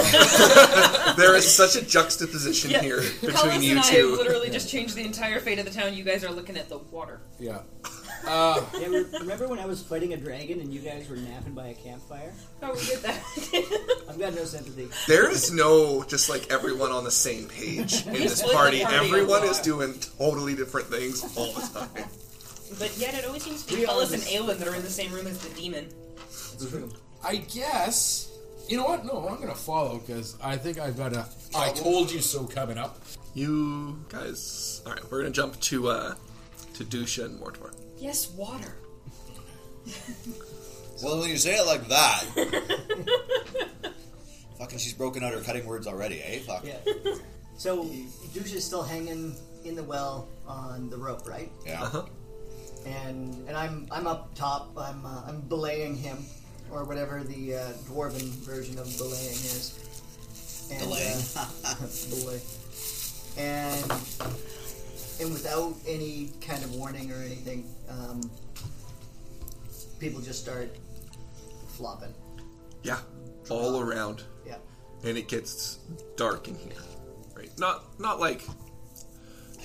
Speaker 4: There is such a juxtaposition here between
Speaker 6: Cullis
Speaker 4: you
Speaker 6: and I have
Speaker 4: two.
Speaker 6: literally just changed the entire fate of the town. You guys are looking at the water.
Speaker 5: yeah.
Speaker 10: Yeah, re- remember when I was fighting a dragon and you guys were napping by a campfire?
Speaker 6: Oh, we did that.
Speaker 10: I've got no sympathy.
Speaker 4: There is no just like everyone on the same page in this
Speaker 6: split the
Speaker 4: party.
Speaker 6: party
Speaker 4: Everyone
Speaker 6: a lot.
Speaker 4: is doing totally different things all the time.
Speaker 6: but yet it always seems to be
Speaker 10: We all
Speaker 6: Cullis and
Speaker 10: just-
Speaker 6: Aelin that are in the same room as the demon.
Speaker 5: I guess. You know what? No, I'm gonna follow because I think I've got a. I told you so coming up.
Speaker 4: You guys, all right, we're gonna jump to uh, to Dusha and Mortor.
Speaker 6: Yes, water.
Speaker 3: Well, when you say it like that. Fucking, she's broken out her cutting words already, eh? Fuck.
Speaker 10: Yeah. So, Dusha is still hanging in the well on the rope, right?
Speaker 3: Yeah.
Speaker 10: And and I'm I'm up top. I'm uh, I'm belaying him, or whatever the uh, dwarven version of belaying is. And,
Speaker 3: Belaying.
Speaker 10: Uh, belay. And and without any kind of warning or anything, um, people just start flopping.
Speaker 4: Yeah, all around,
Speaker 10: Yeah.
Speaker 4: and it gets dark in here. Right, not not like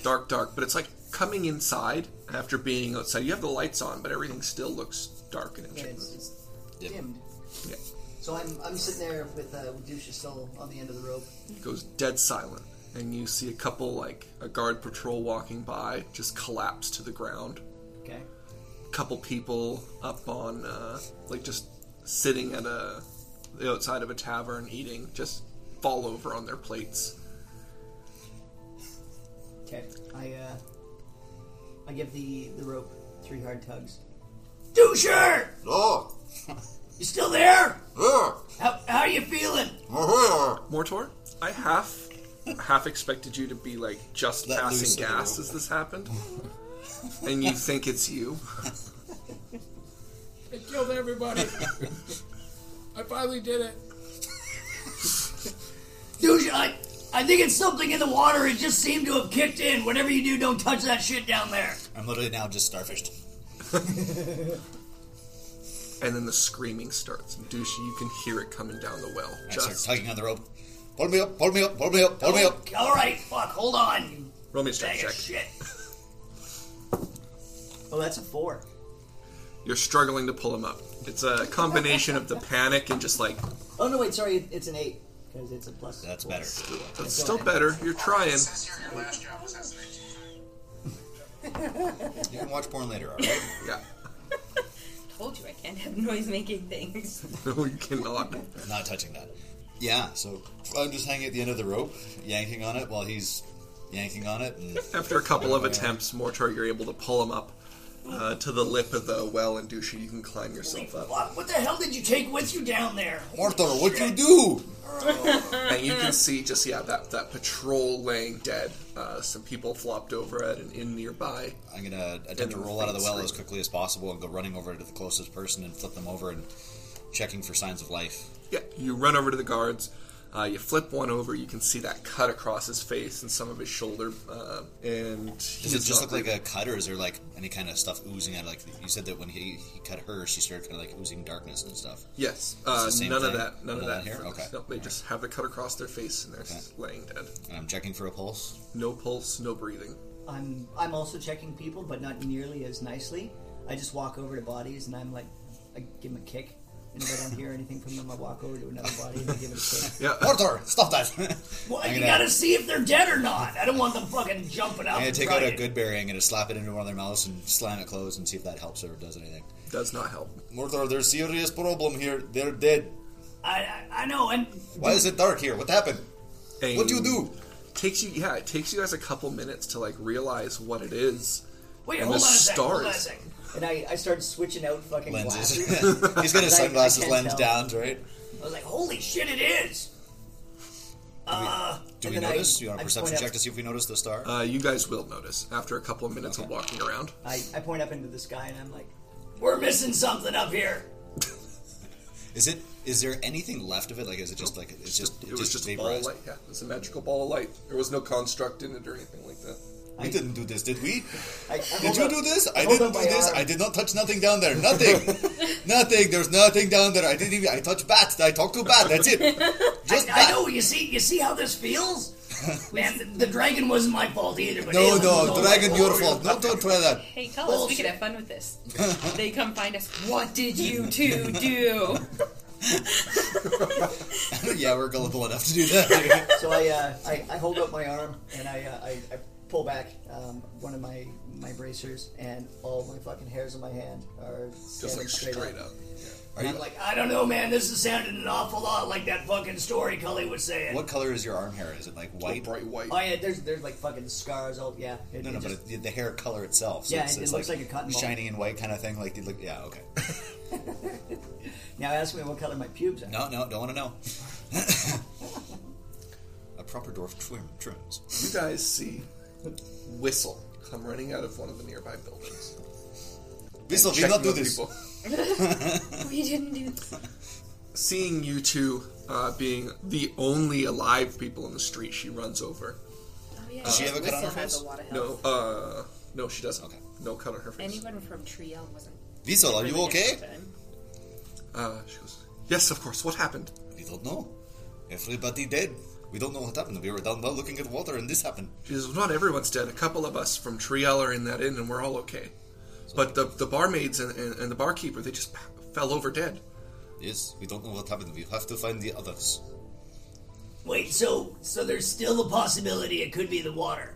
Speaker 4: dark, dark, but it's like coming inside after being outside. You have the lights on, but everything still looks dark and
Speaker 10: And it's,
Speaker 4: intimidating.
Speaker 10: it's
Speaker 3: Yep.
Speaker 10: dimmed.
Speaker 4: Yeah.
Speaker 10: So I'm, I'm sitting there with uh, with Dusha still on the end of the rope.
Speaker 4: It goes dead silent, and you see a couple like a guard patrol walking by just collapse to the ground.
Speaker 10: Okay.
Speaker 4: couple people up on uh, like just sitting at a the outside of a tavern eating just fall over on their plates.
Speaker 10: Okay. I uh, I give the the rope three hard tugs.
Speaker 7: Doucher!
Speaker 3: Oh.
Speaker 7: You still there?
Speaker 3: Oh.
Speaker 7: How, how are you feeling?
Speaker 4: Mortor, I half half expected you to be like just
Speaker 3: Let loose
Speaker 4: passing
Speaker 3: of the
Speaker 4: gas
Speaker 3: rope.
Speaker 4: as this happened, and you think it's you.
Speaker 5: I killed everybody. I finally did it.
Speaker 7: Dude, I, I think it's something in the water. It just seemed to have kicked in. Whatever you do, don't touch that shit down there.
Speaker 3: I'm literally now just starfished.
Speaker 4: And then the screaming starts. Douche, you can hear it coming down the well.
Speaker 3: I start
Speaker 4: Just
Speaker 3: tugging on the rope. Pull me up, pull me up, pull me up, pull me up.
Speaker 7: All right, fuck, hold on. You
Speaker 4: roll me a strength
Speaker 7: bag of shit.
Speaker 4: check.
Speaker 10: Oh, that's a four.
Speaker 4: You're struggling to pull him up. It's a combination of the panic and just like
Speaker 10: Oh no, wait, sorry, it's an eight because it's a plus.
Speaker 3: That's
Speaker 10: four.
Speaker 3: better.
Speaker 4: that's still better. You're trying.
Speaker 3: You can watch porn later, alright?
Speaker 4: Yeah.
Speaker 6: Told you I can't have noise making things.
Speaker 4: No, you cannot.
Speaker 3: Not touching that. Yeah, so I'm just hanging at the end of the rope, yanking on it while he's yanking on it, and
Speaker 4: After a couple of attempts, Mortar, you're able to pull him up uh, to the lip of the well, and Douche, you can climb yourself up.
Speaker 10: Uh,
Speaker 7: Fuck, what the hell did you take with you down there?
Speaker 3: Mortar, what you do?
Speaker 4: and you can see just yeah that that patrol laying dead. Uh, some people flopped over at an inn nearby.
Speaker 3: I'm gonna attempt to
Speaker 4: And
Speaker 3: roll out of the well as
Speaker 4: screaming.
Speaker 3: quickly as possible and go running over to the closest person and flip them over and checking for signs of life.
Speaker 4: Yeah, you run over to the guards. Uh, you flip one over. You can see that cut across his face and some of his shoulder. Uh, and
Speaker 3: Does it just look like a cut, or is there like any kind of stuff oozing out? Like you said that when he, he cut her, she started kind of like oozing darkness and stuff.
Speaker 4: yes? Uh,
Speaker 3: the same
Speaker 4: none of
Speaker 3: thing?
Speaker 4: that. None of
Speaker 3: None
Speaker 4: that.
Speaker 3: on here?
Speaker 4: for this.
Speaker 3: Okay.
Speaker 4: Nope, they just have the cut across their face and they're s laying dead.
Speaker 3: And I'm checking for a pulse.
Speaker 4: No pulse, no breathing.
Speaker 10: I'm I'm also checking people, but not nearly as nicely. I just walk over to bodies and I'm like, I give them a kick, and if I don't hear anything from them, I walk over to another body and I give it a kick.
Speaker 4: Yeah.
Speaker 3: Mortar, stop that!
Speaker 7: Well,
Speaker 3: I'm
Speaker 7: you
Speaker 3: gonna-
Speaker 7: gotta see if they're dead or not. I don't want them fucking jumping out.
Speaker 3: I'm gonna
Speaker 7: and
Speaker 3: take out a
Speaker 7: trying.
Speaker 3: good berry. I'm gonna slap it into one of their mouths and slam it closed and see if that helps or does anything.
Speaker 4: Does not help.
Speaker 3: Mortar, there's serious problem here. They're dead.
Speaker 7: I, I, I know, and
Speaker 3: Why is it dark here? What happened?
Speaker 4: And
Speaker 3: What do you do?
Speaker 4: Takes you yeah. It takes you guys a couple minutes to like realize what it is.
Speaker 7: wait,
Speaker 4: And
Speaker 7: hold on,
Speaker 4: the
Speaker 7: a sec, hold on a
Speaker 4: stars.
Speaker 7: sec.
Speaker 10: And I, I started switching out fucking
Speaker 3: Lenses.
Speaker 10: glasses.
Speaker 3: He's got his
Speaker 10: I- I
Speaker 3: sunglasses
Speaker 10: can't
Speaker 3: lens
Speaker 10: tell.
Speaker 3: down, right?
Speaker 7: I was like, holy shit, it is.
Speaker 3: Do
Speaker 10: And
Speaker 3: we
Speaker 10: then I-
Speaker 3: notice? you want
Speaker 10: I point
Speaker 3: a perception
Speaker 10: out-
Speaker 3: check to see if we notice the star?
Speaker 4: Uh, you guys will notice after a couple of minutes of
Speaker 3: Okay.
Speaker 4: walking around.
Speaker 10: I, I point up into the sky and I'm like,
Speaker 7: We're missing something up here.
Speaker 3: is it? Is there anything left of it? Like, is it just like it's just
Speaker 4: It was just a ball of
Speaker 3: vaporized?
Speaker 4: light. Yeah, it was a magical ball of light. There was no construct in it or anything like that.
Speaker 3: We didn't do this, did we?
Speaker 10: I, I
Speaker 3: Did
Speaker 10: hold
Speaker 3: you
Speaker 10: up-
Speaker 3: do this? I
Speaker 10: hold
Speaker 3: didn't
Speaker 10: up
Speaker 3: do
Speaker 10: my
Speaker 3: this.
Speaker 10: arm.
Speaker 3: I did not touch nothing down there. Nothing. nothing. There's nothing down there. I didn't even. I touched bats. I talked to bat. That's it. Just bat.
Speaker 7: I know. You see, you see how this feels. Man, the, the dragon wasn't my fault either. But
Speaker 3: No,
Speaker 7: Aelin was all
Speaker 3: no, dragon,
Speaker 7: like,
Speaker 3: your
Speaker 7: "Oh,
Speaker 3: fault. No, don't try that.
Speaker 6: Hey, tell us we could have fun with this. they come find us. What did you two do?
Speaker 3: yeah, we're gullible enough to do that.
Speaker 10: So I, uh, I, I hold up my arm and I, uh, I, I pull back um, one of my, my bracers and all my fucking hairs on my hand are
Speaker 4: Just
Speaker 10: standing
Speaker 4: like straight, up.
Speaker 3: Are you,
Speaker 7: Like, I don't know, man. This is sounding an awful lot like that fucking story Cully was saying.
Speaker 3: what color is your arm hair? Is it like white?
Speaker 4: bright white.
Speaker 10: Oh yeah, there's there's like fucking scars. all yeah. It,
Speaker 3: No,
Speaker 10: it
Speaker 3: no, but
Speaker 10: just-
Speaker 3: it, the- the hair color itself. So
Speaker 10: Yeah,
Speaker 3: it's,
Speaker 10: it- it
Speaker 3: it's
Speaker 10: looks like a cotton ball.
Speaker 3: shiny and white kind of thing. Like, you look, yeah, okay.
Speaker 10: now ask me what color my pubes are.
Speaker 3: No, no, don't want to know. a proper dwarf trim, trims.
Speaker 4: You guys see Whistle come running out of one of the nearby buildings.
Speaker 3: Whistle, we
Speaker 4: Checking
Speaker 3: not do
Speaker 4: on
Speaker 3: this.
Speaker 4: people.
Speaker 6: We didn't do this. Oh,
Speaker 4: Seeing you two uh, being the only alive people in the street, she runs over.
Speaker 6: Oh, yeah,
Speaker 3: Does she have a cut on her
Speaker 6: Whistle has
Speaker 3: face?
Speaker 6: a lot of
Speaker 4: No,
Speaker 6: health.
Speaker 4: uh, no, she doesn't.
Speaker 3: Okay.
Speaker 4: No cut on her face.
Speaker 6: Anyone from Triel wasn't.
Speaker 3: Whistle, are you
Speaker 6: really
Speaker 3: okay?
Speaker 6: good at them.
Speaker 4: Uh, she goes, yes, of course. What happened?
Speaker 3: We don't know. Everybody dead. We don't know what happened. We were down well looking at water and this happened.
Speaker 4: She says, "Not everyone's dead. A couple of us from Triel are in that inn, and we're all okay. But the the barmaids and, and, and the barkeeper, they just p- fell over dead.
Speaker 3: Yes, we don't know what happened. We have to find the others.
Speaker 7: Wait, so so there's still the possibility it could be the water.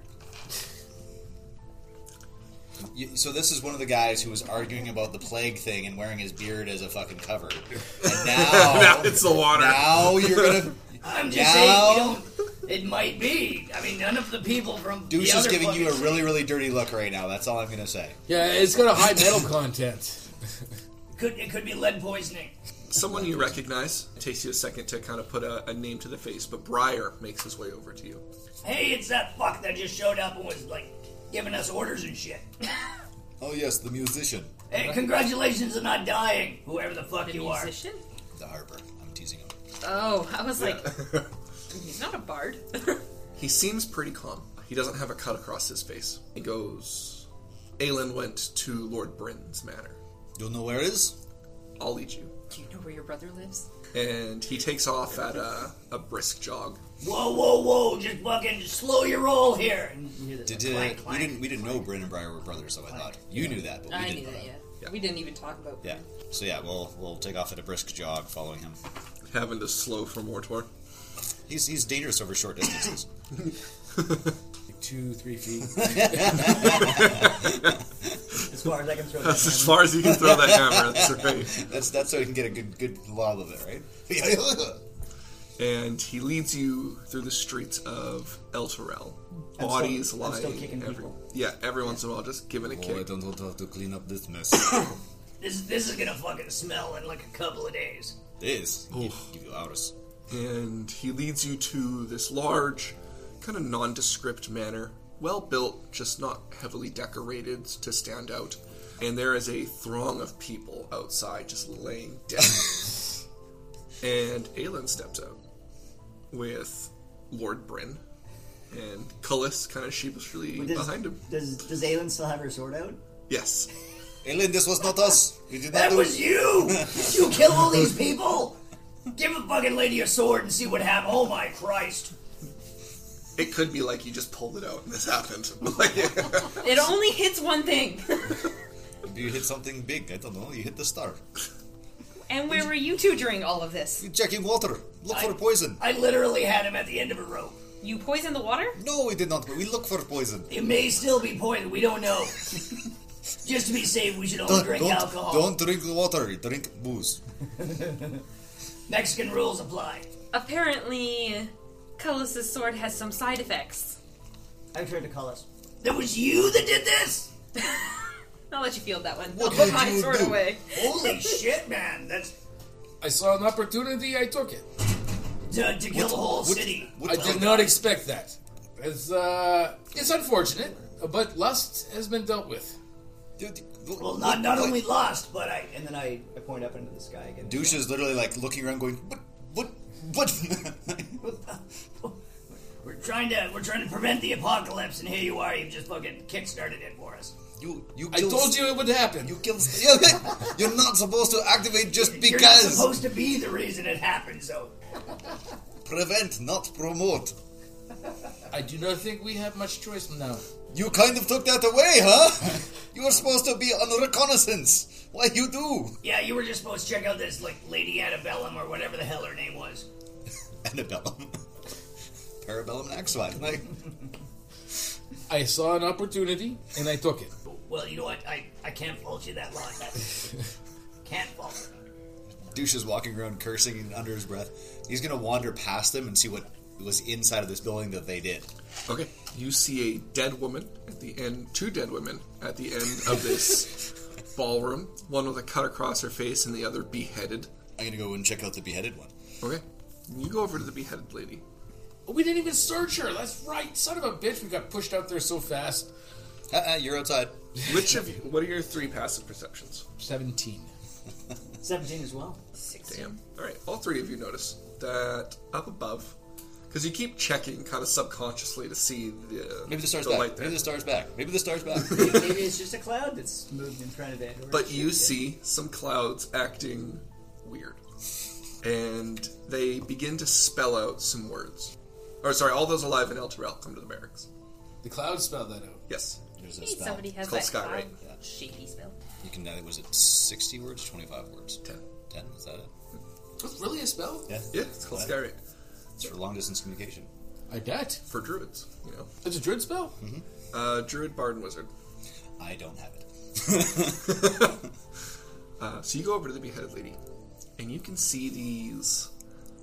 Speaker 3: You- So this is one of the guys who was arguing about the plague thing and wearing his beard as a fucking cover. And now,
Speaker 4: now it's the water.
Speaker 3: now you're gonna.
Speaker 7: I'm just saying, we
Speaker 3: Now,
Speaker 7: don't. It might be. I mean, none of the people from the
Speaker 3: douche is
Speaker 7: other
Speaker 3: giving you a
Speaker 7: fucking-
Speaker 3: really, really dirty look right now. That's all I'm gonna say.
Speaker 5: Yeah, it's got a high metal content.
Speaker 7: Could it could be lead poisoning?
Speaker 4: Someone you recognize. It takes you a second to kind of put a, a name to the face, but Briar makes his way over to you.
Speaker 7: Hey, it's that fuck that just showed up and was like giving us orders and shit.
Speaker 3: Oh yes, the musician.
Speaker 7: Hey, congratulations on not dying, whoever the fuck you are.
Speaker 6: musician?
Speaker 3: The Harper. I'm teasing him.
Speaker 6: Oh, I was like, he's not a bard.
Speaker 4: He seems pretty calm. He doesn't have a cut across his face. He goes, Aelin went to Lord Bryn's manor.
Speaker 3: You'll know where it is?
Speaker 4: I'll lead you.
Speaker 6: Do you know where your brother lives?
Speaker 4: And he takes off at a, a brisk jog.
Speaker 7: Whoa, whoa, whoa! Just fucking slow your roll here. And you hear this
Speaker 3: Did,
Speaker 7: clank,
Speaker 3: uh, we
Speaker 7: clank.
Speaker 3: didn't we didn't know Bryn and Briar were brothers, so I thought you knew that, but we
Speaker 6: I
Speaker 3: didn't
Speaker 6: knew
Speaker 3: know
Speaker 6: that, yeah.
Speaker 4: Yeah.
Speaker 6: We didn't even talk about
Speaker 3: Yeah. So yeah, we'll we'll take off at a brisk jog following him.
Speaker 4: Having to slow for Mortor.
Speaker 3: He's he's dangerous over short distances.
Speaker 5: Like two, three feet.
Speaker 10: As far as I can throw that.
Speaker 4: That's as far as you can throw that hammer. That's right.
Speaker 3: that's that's how he can get a good good lob of it, right? Oh,
Speaker 4: And he leads you through the streets of El Terrell.
Speaker 10: I'm
Speaker 4: Bodies
Speaker 10: still- I'm
Speaker 4: lying.
Speaker 10: still kicking
Speaker 4: every-
Speaker 10: people.
Speaker 4: yeah, every once in a while, just giving a
Speaker 3: Boy,
Speaker 4: kick.
Speaker 3: don't want to have to clean up this mess.
Speaker 7: This this is gonna fucking smell in like a couple of days.
Speaker 3: this give, give you hours.
Speaker 4: and he leads you to this large, kind of nondescript manor. Well built, just not heavily decorated to stand out. And there is a throng of people outside just laying down. and Aelin steps out with Lord Bryn and Cullis kind of sheepishly
Speaker 10: Does,
Speaker 4: behind him.
Speaker 10: Does Does Aelin still have her sword out?
Speaker 4: Yes.
Speaker 3: Elin, this was not us. We did not
Speaker 7: That
Speaker 3: do
Speaker 7: was you. you kill all these people. Give a fucking lady a sword and see what happens. Oh my Christ!
Speaker 4: It could be like you just pulled it out and this happened. Like,
Speaker 6: it. It only hits one thing.
Speaker 3: You hit something big. I don't know. You hit the star.
Speaker 6: and where were you two during all of this?
Speaker 3: You checking water. Look for poison.
Speaker 7: I literally had him at the end of a rope.
Speaker 6: You poisoned the water?
Speaker 3: No, we did not. We look for poison.
Speaker 7: It may still be poisoned. We don't know. Just to be safe, we should only drink alcohol.
Speaker 3: don't drink the water. Drink booze.
Speaker 7: Mexican rules apply.
Speaker 6: Apparently, Cullis' sword has some side effects.
Speaker 10: I tried to call us.
Speaker 7: That was you that did this.
Speaker 6: I'll let you field that one.
Speaker 3: What
Speaker 6: I'll
Speaker 3: did
Speaker 6: put my
Speaker 3: you
Speaker 6: sword
Speaker 3: do?
Speaker 6: away.
Speaker 7: Holy shit, man! That's
Speaker 5: I saw an opportunity. I took it.
Speaker 7: to, to kill the whole city.
Speaker 5: I did not expect that. It's uh, it's unfortunate, but lust has been dealt with.
Speaker 7: Well, not not only lost, but I
Speaker 10: And then I, I point up into the sky again.
Speaker 3: Douche is literally like looking around, going, "What? What? What?"
Speaker 7: we're trying to we're trying to prevent the apocalypse, and here you are. You've just fucking kickstarted it for us.
Speaker 3: you, you.
Speaker 5: I
Speaker 3: killed-
Speaker 5: told you it would happen.
Speaker 3: You killed. Yeah, You're not supposed to activate just
Speaker 7: You're not
Speaker 3: because.
Speaker 7: supposed to be the reason it happened, so
Speaker 3: Prevent, not promote.
Speaker 5: I do not think we have much choice now.
Speaker 3: You kind of took that away, huh? you were supposed to be on reconnaissance. Why you do?
Speaker 7: yeah, you were just supposed to check out this like Lady Antebellum or whatever the hell her name was.
Speaker 3: Antebellum, Parabellum, and Axivine. Like,
Speaker 5: I saw an opportunity and I took it.
Speaker 7: Well, you know what? I, I can't fault you that line. can't fault. it.
Speaker 3: douche is walking around cursing under his breath. He's gonna wander past them and see what was inside of this building that they did.
Speaker 4: Okay. You see a dead woman at the end, two dead women at the end of this ballroom. One with a cut across her face and the other beheaded.
Speaker 3: I'm gonna go and check out the beheaded one.
Speaker 4: Okay. You go over to the beheaded lady.
Speaker 5: We didn't even search her. That's right, son of a bitch. We got pushed out there so fast.
Speaker 3: Uh-uh, you're outside.
Speaker 4: Which of you, what are your three passive perceptions?
Speaker 5: Seventeen.
Speaker 10: 17 as well.
Speaker 4: Damn. All right. All three of you notice that up above, because you keep checking kind of subconsciously to see the,
Speaker 3: Maybe the star's
Speaker 4: the
Speaker 3: back.
Speaker 4: light there.
Speaker 3: Maybe the star's back. Maybe the star's back.
Speaker 10: Maybe it's just a cloud that's moved in front of it. or
Speaker 4: But you
Speaker 10: shifted.
Speaker 4: see some clouds acting weird. And they begin to spell out some words. Or, sorry, all those alive in El Terrell come to the barracks.
Speaker 5: The clouds spelled that out.
Speaker 4: Yes.
Speaker 3: There's a
Speaker 6: Hey,
Speaker 3: spell.
Speaker 6: somebody has
Speaker 4: It's called
Speaker 6: that
Speaker 4: Sky, right?
Speaker 6: wild, shaky spell.
Speaker 3: You can. Uh, was it 60 words? 25 words?
Speaker 4: Ten.
Speaker 3: 10? Is that it?
Speaker 5: Was really a spell?
Speaker 3: Yeah.
Speaker 4: Yeah, it's called
Speaker 3: Got
Speaker 4: Skyrim.
Speaker 3: It's for long distance communication.
Speaker 5: I bet.
Speaker 4: For druids, you know.
Speaker 5: It's a druid spell.
Speaker 4: Uh, druid, bard, and wizard.
Speaker 3: I don't have it.
Speaker 4: Uh, so you go over to the beheaded lady, and you can see these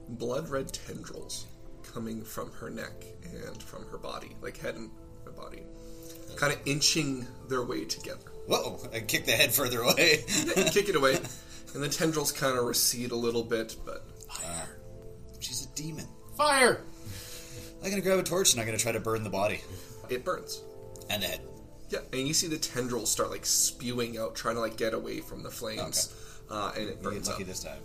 Speaker 4: blood red tendrils coming from her neck and from her body, like head and her body, kind of inching their way together.
Speaker 3: Whoa! I kicked the head further away.
Speaker 4: kick it away. And the tendrils kind of recede a little bit, but.
Speaker 3: She's a demon.
Speaker 5: Fire!
Speaker 3: I'm gonna grab a torch and I'm gonna try to burn the body.
Speaker 4: It burns.
Speaker 3: And the head.
Speaker 4: Yeah, and you see the tendrils start like spewing out, trying to like get away from the flames, uh, and
Speaker 3: You
Speaker 4: it
Speaker 3: get
Speaker 4: burns up.
Speaker 3: lucky this time.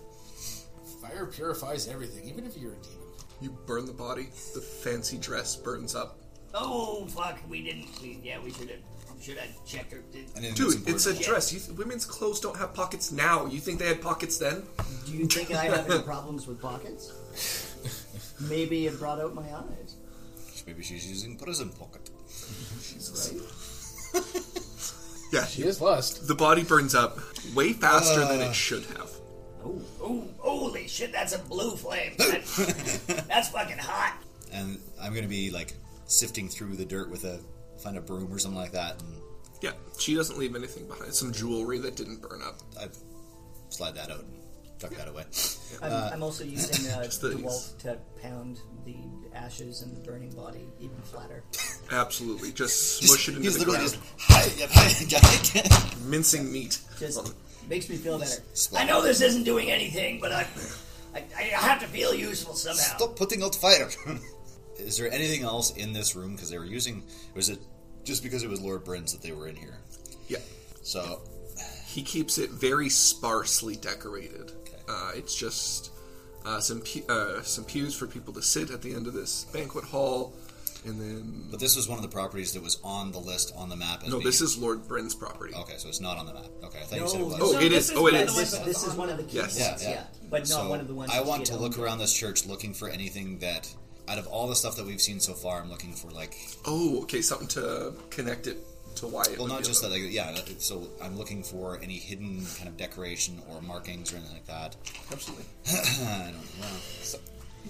Speaker 5: Fire purifies everything, even if you're a demon.
Speaker 4: You burn the body. The fancy dress burns up.
Speaker 7: Oh fuck! We didn't. We, yeah, we should have. Should have checked her. Did,
Speaker 3: I didn't think
Speaker 4: Dude, it's a
Speaker 3: important.
Speaker 4: dress. You th- women's clothes don't have pockets now. You think they had pockets then?
Speaker 10: Do you think I have any problems with pockets? Maybe it brought out my eyes.
Speaker 3: Maybe she's using prison pocket.
Speaker 10: Right?
Speaker 4: Yeah.
Speaker 5: She is lust.
Speaker 4: The body burns up way faster than it should have.
Speaker 7: Oh, oh, holy shit! That's a blue flame. That- that's fucking hot.
Speaker 3: And I'm gonna be like sifting through the dirt with a find a broom or something like that and
Speaker 4: Yeah, she doesn't leave anything behind. Some jewelry that didn't burn up.
Speaker 3: I slide that out and tuck that away.
Speaker 10: I'm, I'm also using uh,
Speaker 4: the-
Speaker 10: DeWalt to pound the ashes and the burning body even flatter.
Speaker 4: Absolutely, just
Speaker 3: Just-
Speaker 4: smush it into
Speaker 3: he's
Speaker 4: the
Speaker 3: literally
Speaker 4: ground.
Speaker 3: just
Speaker 4: Mincing meat.
Speaker 10: Just makes me feel better.
Speaker 7: I know this isn't doing anything, but I, I, I have to feel useful somehow.
Speaker 3: Stop putting out fire. Is there anything else in this room? Because they were using. Was it just because it was Lord Brins that they were in here?
Speaker 4: Yeah,
Speaker 3: So
Speaker 4: he keeps it very sparsely decorated.
Speaker 3: Okay.
Speaker 4: Uh, it's just uh, some pe- uh, some pews for people to sit at the end of this banquet hall, and then
Speaker 3: But this was one of the properties that was on the list on the map. As
Speaker 4: no,
Speaker 3: being-
Speaker 4: this is Lord Bryn's property.
Speaker 3: okay. So it's not on the map. Okay, I thought you said it was.
Speaker 4: Oh, it is. Oh, it is.
Speaker 10: This, this is one of the key
Speaker 4: Yes.
Speaker 10: ones,
Speaker 4: Yeah,
Speaker 10: yeah,
Speaker 3: yeah.
Speaker 10: But not
Speaker 3: So
Speaker 10: one of the ones
Speaker 3: I
Speaker 10: that
Speaker 3: want
Speaker 10: she
Speaker 3: to
Speaker 10: had
Speaker 3: look
Speaker 10: owned.
Speaker 3: around this church looking for anything that, out of all the stuff that we've seen so far, I'm looking for like.
Speaker 4: Oh, okay, something to connect it to why. It
Speaker 3: Well,
Speaker 4: would
Speaker 3: not
Speaker 4: be
Speaker 3: just that.
Speaker 4: open.
Speaker 3: Like, yeah. that- So I'm looking for any hidden kind of decoration or markings or anything like that.
Speaker 4: Absolutely.
Speaker 3: I don't know.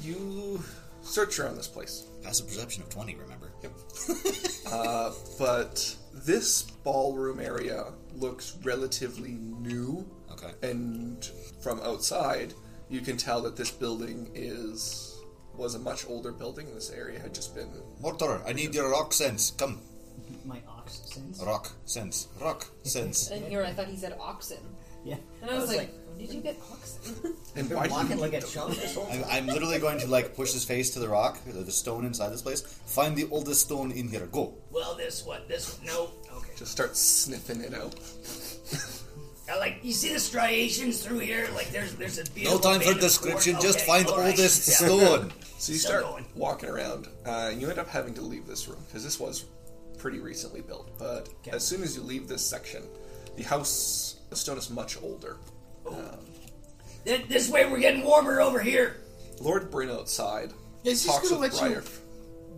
Speaker 4: You search around this place.
Speaker 3: That's a perception of twenty. Remember. Yep.
Speaker 4: but this ballroom area looks relatively new.
Speaker 3: Okay.
Speaker 4: And from outside, you can tell that this building is was a much older building. This area had just been
Speaker 3: Mortar, I need your rock sense. Come,
Speaker 10: My ox sense.
Speaker 3: rock sense, rock sense.
Speaker 6: And here I thought he said oxen.
Speaker 10: Yeah.
Speaker 6: And I was, like, where did you get oxen?
Speaker 4: and
Speaker 10: been
Speaker 4: why do you
Speaker 10: walking
Speaker 4: need
Speaker 10: like a
Speaker 4: them?
Speaker 10: chump this whole
Speaker 3: I'm, I'm literally going to like push his face to the rock, the the stone inside this place. Find the oldest stone in here. Go.
Speaker 7: Well, this one, this one, no. Okay.
Speaker 4: Just start sniffing it out.
Speaker 7: I like you see the striations through here. Like there's there's a
Speaker 3: No
Speaker 7: beautiful
Speaker 3: time for
Speaker 7: band of
Speaker 3: description.
Speaker 7: corn.
Speaker 3: Just
Speaker 7: Okay,
Speaker 3: find
Speaker 7: all right.
Speaker 3: oldest
Speaker 7: Yeah.
Speaker 3: stone.
Speaker 4: So
Speaker 7: Still
Speaker 4: you start
Speaker 7: going.
Speaker 4: walking around, uh, and you end up having to leave this room because this was pretty recently built. But as soon as you leave this section, the house, the stone is much older.
Speaker 7: Th- This way we're getting warmer over here.
Speaker 4: Lord Bryn outside
Speaker 5: Is he just
Speaker 4: talks
Speaker 5: gonna
Speaker 4: with
Speaker 5: let you-
Speaker 4: Briar.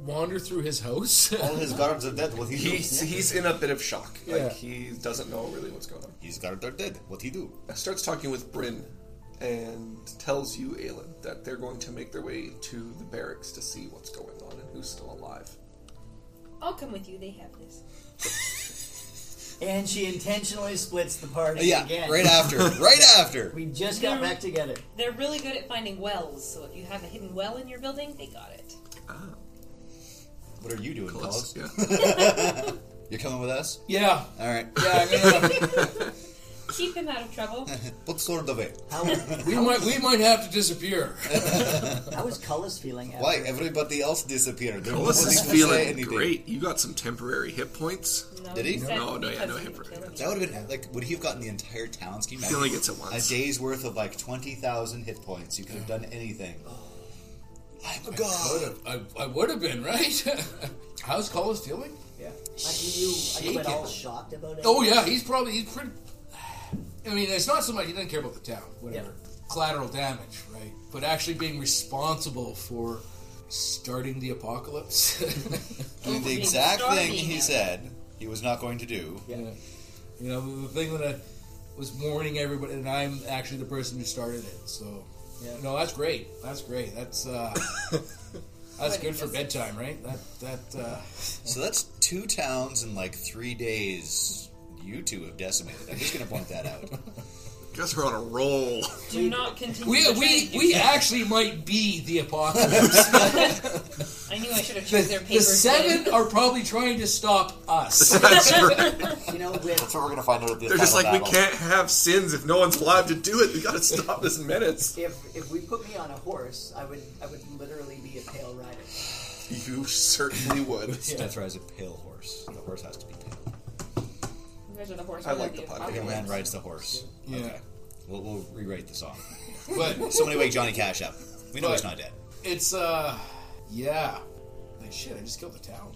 Speaker 5: Wander through his house.
Speaker 3: All his guards are dead. What he do?
Speaker 4: He's, he's in a bit of shock.
Speaker 5: Yeah.
Speaker 4: Like, he doesn't know really what's going on.
Speaker 3: His guards are dead. What he do?
Speaker 4: starts talking with Bryn and tells you, Aelin, that they're going to make their way to the barracks to see what's going on and who's still alive.
Speaker 6: I'll come with you. They have this.
Speaker 10: And she intentionally splits the party
Speaker 3: Yeah,
Speaker 10: again.
Speaker 3: right after. Right after.
Speaker 10: We just got back together.
Speaker 6: They're really good at finding wells, so if you have a hidden well in your building, they got it.
Speaker 3: What are you doing, Claus?
Speaker 4: Yeah.
Speaker 3: You're coming with us?
Speaker 5: yeah.
Speaker 3: All right.
Speaker 5: Yeah, I'm gonna-
Speaker 6: Keep him out of trouble.
Speaker 3: Put sword away.
Speaker 10: How,
Speaker 5: we might we might have to disappear.
Speaker 10: how is Cullis feeling? After
Speaker 3: Why everybody else disappeared? There
Speaker 4: Ellis
Speaker 3: nobody
Speaker 4: is
Speaker 3: can say
Speaker 4: feeling
Speaker 3: anything.
Speaker 4: great. You got some temporary hit points.
Speaker 6: No,
Speaker 3: Did he?
Speaker 6: said
Speaker 4: No, no, yeah,
Speaker 6: because
Speaker 4: no
Speaker 6: he
Speaker 4: hit
Speaker 6: would
Speaker 4: for
Speaker 6: kill
Speaker 4: hit.
Speaker 6: him.
Speaker 3: That would have been like, would he have gotten the entire town's scheme?
Speaker 4: He only gets it once.
Speaker 3: A day's worth of like twenty thousand hit points. You could have done anything.
Speaker 11: Oh.
Speaker 3: I'm a god.
Speaker 5: Would've- I, I would have been right. How's Collis feeling?
Speaker 10: Like, you, are you at all shocked about it?
Speaker 5: Oh yeah, he's probably he's pretty. I mean, it's not so much he doesn't care about the town, whatever. Collateral damage, right? But actually being responsible for starting the apocalypse.
Speaker 3: Doing the
Speaker 6: Being
Speaker 3: exact thing
Speaker 6: starving
Speaker 3: he
Speaker 6: him.
Speaker 3: said he was not going to do.
Speaker 5: yeah. You know, the thing that I was warning everybody, and I'm actually the person who started it. So, no, that's great. That's great. That's uh, that's good for bedtime, right? That that. Uh,
Speaker 3: So that's two towns in like three days. You two have decimated. I'm just going to point that out.
Speaker 4: guys are on a roll.
Speaker 6: Do not continue.
Speaker 5: We,
Speaker 6: to try
Speaker 5: we,
Speaker 6: and do
Speaker 5: we
Speaker 6: that.
Speaker 5: actually might be the apocalypse.
Speaker 6: I knew I should have
Speaker 5: the,
Speaker 6: chosen their
Speaker 5: the
Speaker 6: papers. then.
Speaker 5: seven are probably trying to stop us.
Speaker 4: That's right.
Speaker 10: You know, with
Speaker 11: That's what we're gonna find out at the
Speaker 4: They're
Speaker 11: final
Speaker 4: just like, we
Speaker 11: battle.
Speaker 4: can't have sins if no one's allowed to do it. We gotta stop this menace.
Speaker 10: if if we put me on a horse, I would I would literally be a pale rider.
Speaker 4: You certainly would.
Speaker 3: Death rides a pale horse. The horse has to be pale.
Speaker 6: You guys are the horse.
Speaker 4: I
Speaker 6: we're
Speaker 4: like
Speaker 6: the
Speaker 4: the
Speaker 6: apocalypse.
Speaker 3: The man rides the horse.
Speaker 5: Yeah.
Speaker 3: Okay. We'll, we'll rewrite the song.
Speaker 5: But
Speaker 3: Somebody wake Johnny Cash up. We know he's not dead.
Speaker 5: it's, uh, yeah. Like, shit, I just killed the town.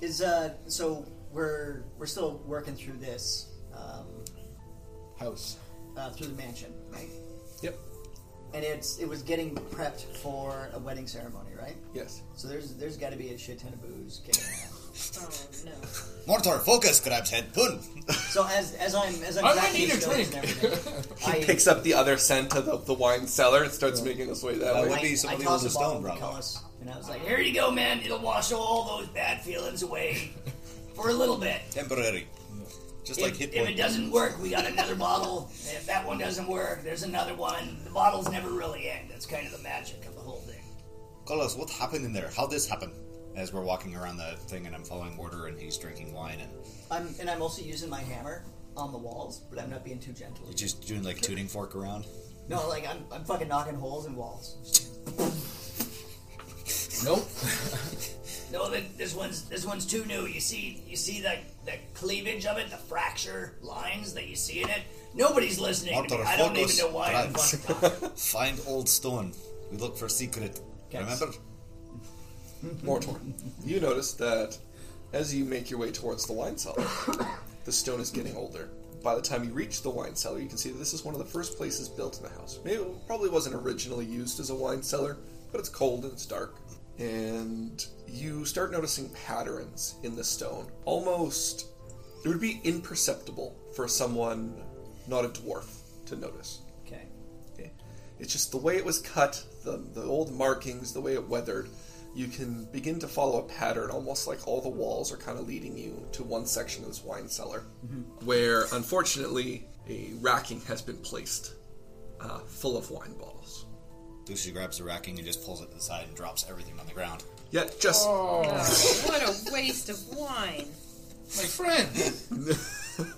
Speaker 10: Is uh so we're we're still working through this um,
Speaker 5: House.
Speaker 10: uh, through the mansion, right?
Speaker 4: Yep.
Speaker 10: And it's it was getting prepped for a wedding ceremony, right?
Speaker 4: Yes.
Speaker 10: So there's there's got to be a shit ton of booze. Getting around.
Speaker 6: Oh no.
Speaker 3: Mortar, focus, grabs head, pun.
Speaker 10: so as as I'm as I'm
Speaker 5: I might
Speaker 10: cracking
Speaker 5: need a
Speaker 10: these stones
Speaker 5: drink.
Speaker 10: and everything, I,
Speaker 4: Picks up the other scent of the, the wine cellar and starts making its way that
Speaker 3: That
Speaker 4: way.
Speaker 3: would
Speaker 10: I,
Speaker 3: be
Speaker 10: I
Speaker 3: somebody
Speaker 10: toss
Speaker 3: was
Speaker 10: a
Speaker 3: a stone,
Speaker 10: bottle to
Speaker 3: brother.
Speaker 10: Cullis, and I was like,
Speaker 7: Here you go, man. It'll wash all those bad feelings away for a little bit.
Speaker 3: Temporary. Just like
Speaker 7: If,
Speaker 3: hit
Speaker 7: if it
Speaker 3: point.
Speaker 7: doesn't work, we got another bottle. And If that one doesn't work, there's another one. The bottles never really end. That's kind of the magic of the whole thing.
Speaker 3: Carlos, what happened in there? How'd this happen? As we're walking around the thing and I'm following Mortar and he's drinking wine and
Speaker 10: I'm and I'm also using my hammer on the walls, but I'm not being too gentle.
Speaker 3: he's just doing like a tuning fork around.
Speaker 10: No, like I'm, I'm fucking knocking holes in walls.
Speaker 5: Nope.
Speaker 7: No, th- this one's this one's too new. You see, you see that that cleavage of it, the fracture lines that you see in it. Nobody's listening. To me.
Speaker 3: Mortar,
Speaker 7: I don't even
Speaker 3: focus,
Speaker 7: know why. I'm
Speaker 3: drugs.
Speaker 7: fucking talking.
Speaker 3: Find old stone. We look for secret.
Speaker 10: Yes.
Speaker 3: Remember?
Speaker 4: Mortor, you notice that as you make your way towards the wine cellar, the stone is getting older. By the time you reach the wine cellar, you can see that this is one of the first places built in the house. Maybe it probably wasn't originally used as a wine cellar, but it's cold and it's dark. And you start noticing patterns in the stone. Almost, it would be imperceptible for someone not a dwarf to notice.
Speaker 10: Okay.
Speaker 4: Okay. It's just the way it was cut, the, the old markings, the way it weathered. You can begin to follow a pattern, almost like all the walls are kind of leading you to one section of this wine cellar,
Speaker 6: Mm-hmm.
Speaker 4: where unfortunately a racking has been placed uh, full of wine bottles.
Speaker 3: Lucy grabs the racking and just pulls it to the side and drops everything on the ground.
Speaker 4: Yeah, just
Speaker 6: Oh, what a waste of wine.
Speaker 5: My friend.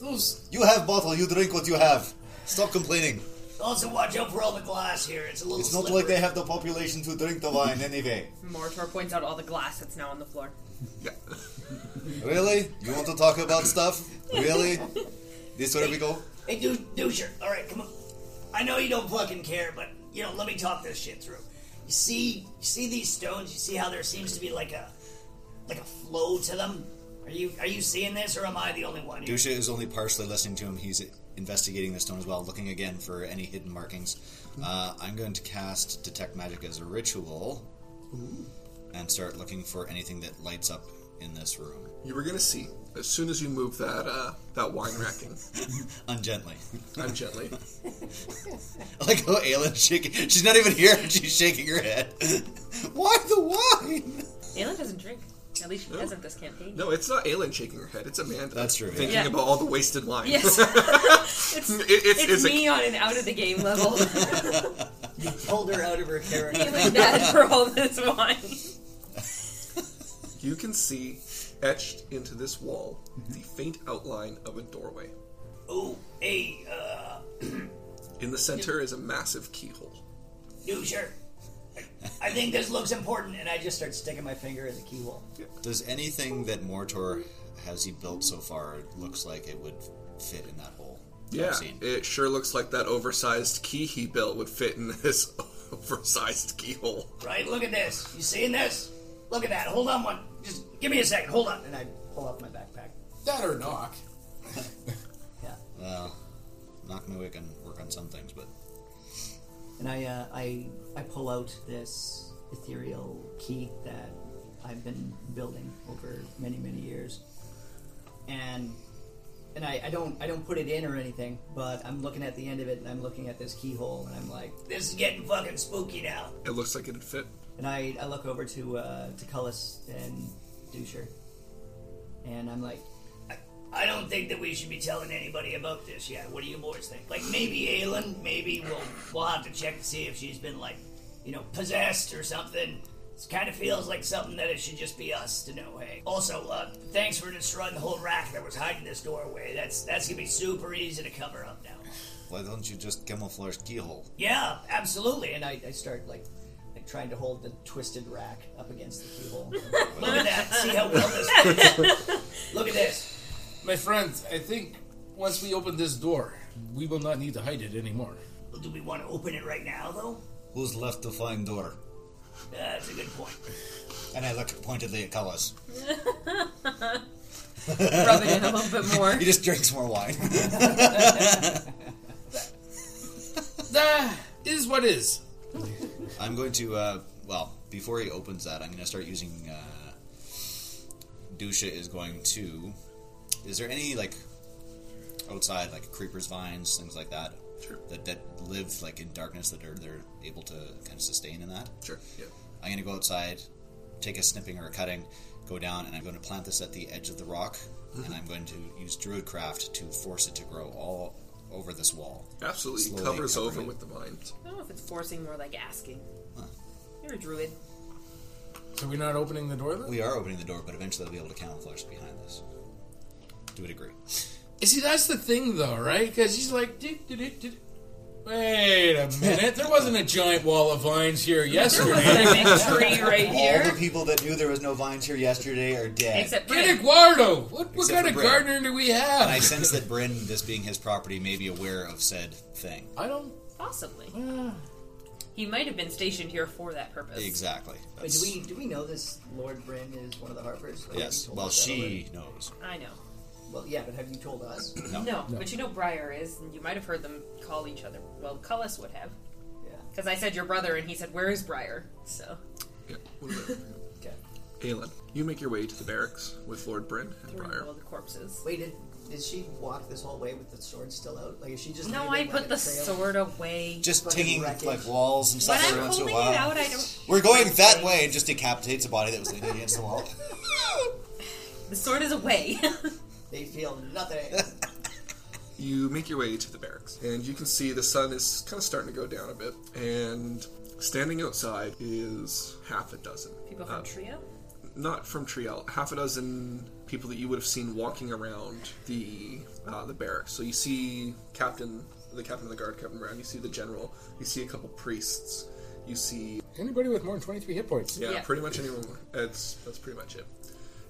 Speaker 5: Those.
Speaker 3: You have bottle, you drink what you have. Stop complaining.
Speaker 7: Also, watch out for all the glass here. It's a little.
Speaker 3: It's not
Speaker 7: slippery.
Speaker 3: like they have the population to drink the wine anyway.
Speaker 6: Mortor points out all the glass that's now on the floor.
Speaker 4: yeah.
Speaker 3: Really? You want to talk about stuff? Really? This where we go?
Speaker 7: Hey, dude, doucher. All right, come on. I know you don't fucking care, but you know, let me talk this shit through. You see, you see these stones. You see how there seems to be like a, like a flow to them. Are you are you seeing this, or am I the only one? Here?
Speaker 3: Dusha is only partially listening to him. He's investigating the stone as well, looking again for any hidden markings. Uh, I'm going to cast Detect Magic as a ritual and start looking for anything that lights up in this room.
Speaker 4: You were gonna see as soon as you move that uh, that wine racking.
Speaker 3: Ungently.
Speaker 4: I'm gently.
Speaker 3: I like how Aylin's shaking. She's not even here. She's shaking her head. Why the wine?
Speaker 6: Ayla doesn't drink. At least she doesn't this campaign.
Speaker 4: No, it's not Aelin shaking her head. It's Amanda.
Speaker 3: That's true, yeah.
Speaker 4: Thinking
Speaker 6: Yeah.
Speaker 4: about all the wasted wine.
Speaker 6: Yes.
Speaker 4: it's-
Speaker 6: it's it's,
Speaker 4: it's a-
Speaker 6: me on an out of the game level.
Speaker 10: Pulled her out of her character.
Speaker 6: Feeling bad for all this wine.
Speaker 4: You can see etched into this wall the faint outline of a doorway.
Speaker 7: Ooh, Oh, hey, uh,
Speaker 4: In the center is a massive keyhole.
Speaker 7: doucher. I think this looks important, and I
Speaker 10: I just
Speaker 7: just
Speaker 10: start sticking my finger in the keyhole.
Speaker 3: Does anything that Mortor has he built so far looks like it would fit in that hole? that I've
Speaker 4: Yeah,
Speaker 3: seen?
Speaker 4: it sure looks like that oversized key he built would fit in this oversized keyhole.
Speaker 7: right. Look at this. You seeing this? Look at that. Hold on, one. Just give me a second. Hold on.
Speaker 10: And I pull out my backpack.
Speaker 5: That or knock.
Speaker 10: Yeah.
Speaker 3: Well, knock me awake and work on some things, but
Speaker 10: And I, uh, I, I pull out this ethereal key that I've been building over many, many years. And and I, I don't I don't put it in or anything, but I'm looking at the end of it and I'm looking at this keyhole and I'm like
Speaker 7: This is getting fucking spooky now.
Speaker 4: It looks like it'd fit.
Speaker 10: And I, I look over to uh, to Cullis and Doucher, and I'm like,
Speaker 7: I, I don't think that we should be telling anybody about this yet. What do you boys think? Like maybe Aelin, maybe we'll we'll have to check to see if she's been like, you know, possessed or something. It kind of feels like something that it should just be us to know. Hey, also, uh, thanks for destroying the whole rack that was hiding this doorway. That's that's gonna be super easy to cover up now.
Speaker 3: Why don't you just camouflage keyhole?
Speaker 7: Yeah, absolutely. And
Speaker 11: And I, I start like, like trying to hold the twisted rack up against the keyhole.
Speaker 7: look at that. See how well this. look at this.
Speaker 5: My friends, I think once we open this door, we will not need to hide it anymore.
Speaker 7: Well, do we want to open it right now though?
Speaker 3: Who's left to find door?
Speaker 7: Uh, that's a good point.
Speaker 3: And I look pointedly at Cullis.
Speaker 6: Rubbing it a little bit more.
Speaker 3: He just drinks more wine.
Speaker 5: That is what is.
Speaker 3: I'm going to, uh, well, before he opens that, I'm going to start using. Uh, Dusha is going to. Is there any, like, outside, like creepers, vines, things like that?
Speaker 4: Sure.
Speaker 3: That, that live, like, in darkness that are they're able to kind of sustain in that?
Speaker 4: Sure. Yeah.
Speaker 3: I'm going to go outside, take a snipping or a cutting, go down, and I'm going to plant this at the edge of the rock, and I'm going to use Druidcraft to force it to grow all over this wall.
Speaker 4: Absolutely
Speaker 3: Slowly
Speaker 4: covers
Speaker 3: covering
Speaker 4: over
Speaker 3: it.
Speaker 4: with the vines.
Speaker 6: I don't know if it's forcing, more like asking. You're a druid.
Speaker 5: So we're not opening the door then?
Speaker 3: We are opening the door, but eventually I'll be able to camouflage behind this. Do it agree?
Speaker 5: You See, that's the thing though, right? Because he's like, "Did- did- did- did." wait a minute, there wasn't a giant wall of vines here yesterday.
Speaker 6: There's a big tree right
Speaker 3: All the
Speaker 6: here.
Speaker 3: people that knew there was no vines here yesterday are dead.
Speaker 6: Except for
Speaker 5: Get Eduardo! What, what
Speaker 3: Except
Speaker 5: kind
Speaker 3: for
Speaker 5: of
Speaker 3: Brad.
Speaker 5: gardener do we
Speaker 3: and I
Speaker 5: have?
Speaker 3: sense that Bryn, this being his property, may be aware of said thing.
Speaker 5: I don't.
Speaker 6: Possibly. He might have been stationed here for that purpose.
Speaker 3: Exactly.
Speaker 11: Wait, do
Speaker 3: That's-
Speaker 11: we do we know this Lord Bryn is one of the Harpers? Like, have
Speaker 3: Yes.
Speaker 11: you told
Speaker 3: Well,
Speaker 11: us that already?
Speaker 3: she knows.
Speaker 6: I know.
Speaker 11: Well, yeah, but have you told us?
Speaker 3: No.
Speaker 6: No, but you know Briar is, and you might have heard them call each other. Well, Cullis would have.
Speaker 11: Yeah.
Speaker 6: Because I said your brother, and he said, Where is Briar? So.
Speaker 4: Yeah. What about
Speaker 11: Okay.
Speaker 4: Aelin? You make your way to the barracks with Lord Bryn and
Speaker 6: Three
Speaker 4: Briar.
Speaker 6: world of corpses.
Speaker 11: Wait, did, did she walk this whole way with the sword still out? Like, is she just?
Speaker 6: No,
Speaker 11: leaving,
Speaker 6: I
Speaker 11: like,
Speaker 6: put
Speaker 11: a
Speaker 6: the
Speaker 11: trail?
Speaker 6: sword away.
Speaker 3: Just
Speaker 11: Fucking
Speaker 3: tinging
Speaker 11: wreckage.
Speaker 3: like walls and
Speaker 6: When
Speaker 3: stuff every
Speaker 6: I'm
Speaker 3: once in a
Speaker 6: holding
Speaker 3: while.
Speaker 6: it out, I don't.
Speaker 3: We're going that way and just decapitates a body that was leaning against the wall.
Speaker 6: The sword is away.
Speaker 11: They feel nothing.
Speaker 4: You make your way to the barracks, and you can see the sun is kind of starting to go down a bit. And standing outside is half a dozen
Speaker 6: People
Speaker 4: Uh,
Speaker 6: from Trio?
Speaker 4: not from Triel, half a dozen people that you would have seen walking around the uh, the barracks. So you see Captain, the Captain of the Guard, Captain Brown. You see the General. You see a couple priests. You see,
Speaker 5: Anybody with more than 23 hit points?
Speaker 4: yeah,
Speaker 6: Yeah.
Speaker 4: pretty much anyone. That's that's pretty much it.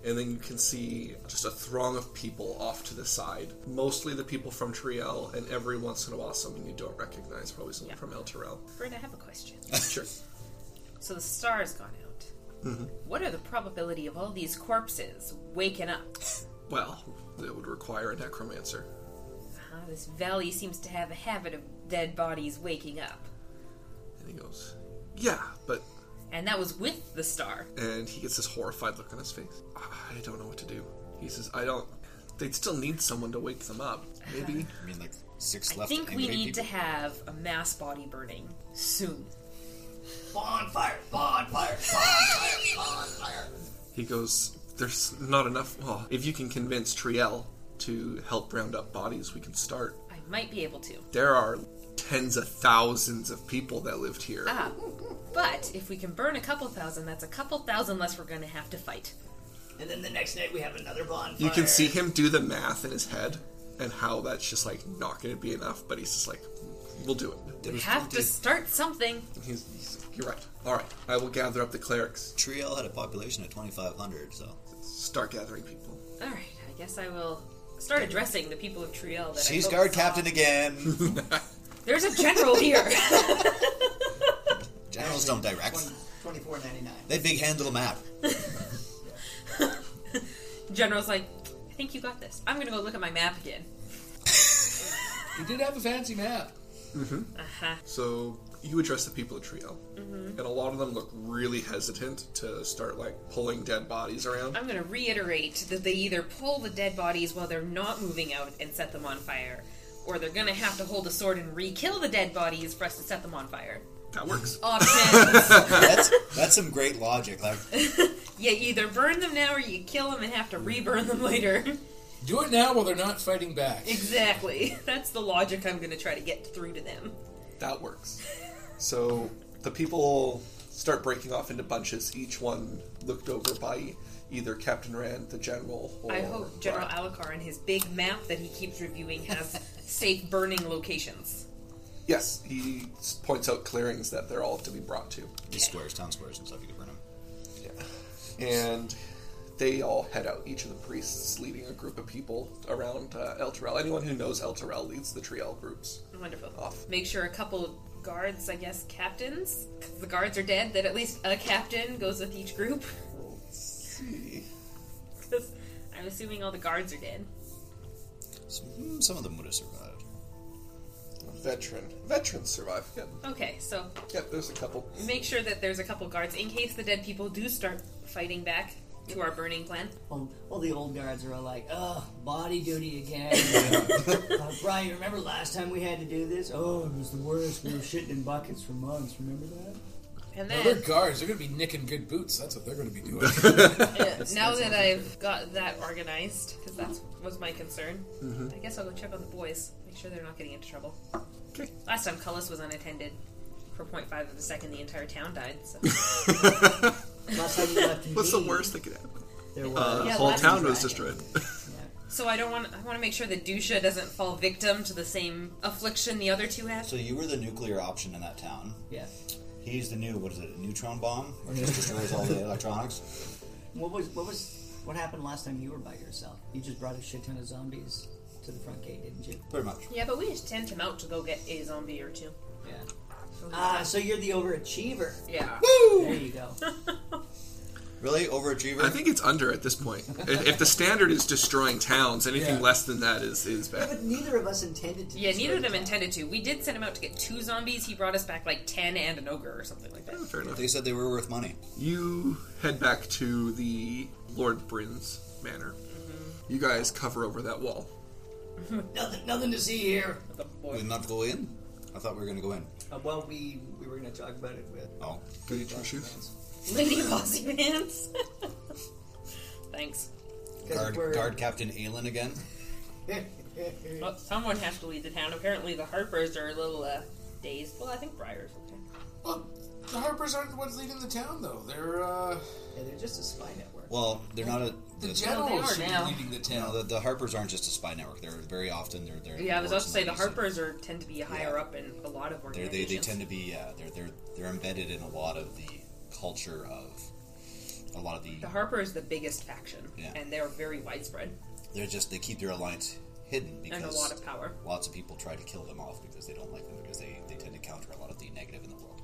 Speaker 4: And then you can see just a throng of people off to the side. Mostly the people from Triel, and every once in a while someone you don't recognize, probably someone
Speaker 6: Yeah.
Speaker 4: from El Terrell.
Speaker 6: Bryn, I have a question.
Speaker 3: Uh.
Speaker 4: Sure.
Speaker 6: So the star's gone out.
Speaker 3: Mm-hmm.
Speaker 6: What are the probability of all these corpses waking up?
Speaker 4: Well, that would require a necromancer.
Speaker 6: Uh, this valley seems to have a habit of dead bodies waking up.
Speaker 4: And he goes, Yeah, but
Speaker 6: And that was with the star.
Speaker 4: and he gets this horrified look on his face. I don't know what to do. He says, I don't. They'd still need someone to wake them up. Maybe.
Speaker 3: I mean, like six
Speaker 6: I
Speaker 3: left.
Speaker 6: think we
Speaker 3: angry
Speaker 6: need to
Speaker 3: people.
Speaker 6: have a mass body burning soon.
Speaker 7: Bonfire, bonfire, bonfire, bonfire.
Speaker 4: He goes, There's not enough. Oh, if you can convince Triel to help round up bodies, we can start.
Speaker 6: I might be able to.
Speaker 4: There are tens of thousands of people that lived here.
Speaker 6: Ah, but if we can burn a couple thousand, that's a couple thousand less we're going to have to fight.
Speaker 7: And then the next night we have another bonfire.
Speaker 4: you can see him do the math in his head and how that's just like not going to be enough, but he's just like, We'll do it.
Speaker 6: We have to start something.
Speaker 4: He's, he's, You're right. All right. I will gather up the clerics,
Speaker 3: Triel had a population of 2,500, so
Speaker 4: start gathering people.
Speaker 6: All right, I guess I will start addressing the people of Triel. That I
Speaker 3: she's
Speaker 6: both
Speaker 3: guard
Speaker 6: saw.
Speaker 3: captain again.
Speaker 6: There's a general here.
Speaker 3: Generals don't direct.
Speaker 11: Twenty-four ninety-nine.
Speaker 3: They big handle the map.
Speaker 6: General's like, I think you got this. I'm going to go look at my map again.
Speaker 5: He did have a fancy map.
Speaker 4: So you address the people at Trio, and
Speaker 6: Mm-hmm.
Speaker 4: a lot of them look really hesitant to start like pulling dead bodies around.
Speaker 6: I'm going to reiterate that they either pull the dead bodies while they're not moving out and set them on fire, or they're going to have to hold a sword and re-kill the dead bodies for us to set them on fire.
Speaker 4: That works.
Speaker 6: Options.
Speaker 3: That's that's some great logic. Like
Speaker 6: you either burn them now or you kill them and have to re-burn them later.
Speaker 5: Do it now while they're not fighting back.
Speaker 6: Exactly. That's the logic I'm going to try to get through to them.
Speaker 4: That works. So the people start breaking off into bunches, each one looked over by either Captain Rand, the general, or
Speaker 6: I hope General
Speaker 4: Brian.
Speaker 6: Alucard and his big map that he keeps reviewing has safe burning locations.
Speaker 4: Yes, he s- points out clearings that they're all to be brought to.
Speaker 3: These squares, town squares, and stuff you can burn them.
Speaker 4: Yeah. And they all head out, each of the priests leading a group of people around uh, El Terrell. Anyone who knows El Terrell leads the Triel groups.
Speaker 6: Wonderful.
Speaker 4: Off.
Speaker 6: Make sure a couple of guards, I guess, captains, 'cause the guards are dead, that at least a captain goes with each group.
Speaker 4: see.
Speaker 6: Because I'm assuming all the guards are dead.
Speaker 3: mm, Some, some of them would have survived.
Speaker 4: Veteran. Veterans survive. Yep.
Speaker 6: Okay, so
Speaker 4: Yep, there's a couple.
Speaker 6: make sure that there's a couple guards in case the dead people do start fighting back to our burning plan.
Speaker 7: Well, well, the old guards are all like, oh, body duty again. uh, Brian, remember last time we had to do this? Oh, it was the worst. We were shitting in buckets for months. Remember that?
Speaker 6: And
Speaker 5: No,
Speaker 6: then,
Speaker 5: they're guards. They're going to be nicking good boots. That's what they're going to be doing.
Speaker 6: Yeah, now that I've got that organized, because that was my concern,
Speaker 4: Mm-hmm.
Speaker 6: I guess I'll go check on the boys, make sure they're not getting into trouble.
Speaker 4: Okay.
Speaker 6: Last time Cullis was unattended. For 0.5 of a second, the entire town died. So.
Speaker 7: Last time you left
Speaker 4: What's the
Speaker 7: me,
Speaker 4: worst that could happen?
Speaker 7: There was.
Speaker 4: Uh,
Speaker 6: Yeah,
Speaker 4: whole
Speaker 6: last
Speaker 4: town
Speaker 6: time
Speaker 4: was
Speaker 6: I-
Speaker 4: destroyed.
Speaker 6: so I don't want. I want to make sure that Dusha doesn't fall victim to the same affliction the other two have.
Speaker 3: So you were the nuclear option in that town.
Speaker 7: Yeah.
Speaker 3: He's the new, what is it, a neutron bomb? Which just destroys all the electronics.
Speaker 7: What was what was what happened last time you were by yourself? You just brought a shit ton of zombies to the front gate, didn't you?
Speaker 3: Pretty much.
Speaker 6: Yeah, but we just sent him out to go get a zombie or two.
Speaker 7: Yeah.
Speaker 6: So he's
Speaker 7: Ah,
Speaker 6: not-
Speaker 7: so you're the overachiever.
Speaker 6: yeah.
Speaker 7: There you go.
Speaker 3: Really? Overachiever?
Speaker 4: I think it's under at this point. if, if the standard is destroying towns, anything
Speaker 5: Yeah.
Speaker 4: less than that is, is
Speaker 7: Yeah,
Speaker 4: bad.
Speaker 7: but neither of us intended to.
Speaker 6: Yeah,
Speaker 7: destroy
Speaker 6: neither of them
Speaker 7: the town.
Speaker 6: intended to. We did send him out to get two zombies. He brought us back like ten and an ogre or something like that.
Speaker 4: Fair enough.
Speaker 3: They said they were worth money.
Speaker 4: You head back to the Lord Bryn's manor. You guys cover over that wall.
Speaker 7: Nothing, nothing to see here.
Speaker 6: The
Speaker 3: We
Speaker 6: boy.
Speaker 3: didn't have to go in? I thought we were going to go in.
Speaker 11: Uh, well, we we were going to talk about it with.
Speaker 3: Oh.
Speaker 4: Goody two shoes.
Speaker 6: Lady Bossy Pants. Thanks.
Speaker 3: Guard,
Speaker 7: we're-
Speaker 3: guard Captain Aelin again?
Speaker 6: Well, someone has to lead the town. Apparently, the Harpers are a little uh, dazed. Well, I think Briar's okay.
Speaker 5: well, the Harpers aren't the ones leading the town, though. They're uh,
Speaker 11: Yeah, they're just a spy network.
Speaker 3: Well, they're not a.
Speaker 5: the
Speaker 3: the-
Speaker 5: generals
Speaker 6: are
Speaker 5: should
Speaker 6: now.
Speaker 5: be leading the
Speaker 3: you know,
Speaker 5: town.
Speaker 3: the, the Harpers aren't just a spy network. They're very often they're they're.
Speaker 6: Yeah, I was about to say the
Speaker 3: works in
Speaker 6: Harpers are tend to be higher
Speaker 3: Yeah.
Speaker 6: up in a lot of
Speaker 3: They're,
Speaker 6: organizations.
Speaker 3: they they tend to be yeah they're they're they're embedded in a lot of the culture of a lot of the.
Speaker 6: The Harper is the biggest faction,
Speaker 3: Yeah.
Speaker 6: and they're very widespread
Speaker 3: They're just they keep their alliance hidden because
Speaker 6: and a lot of power.
Speaker 3: lots of people try to kill them off because they don't like them because they, they tend to counter a lot of the negative in the world.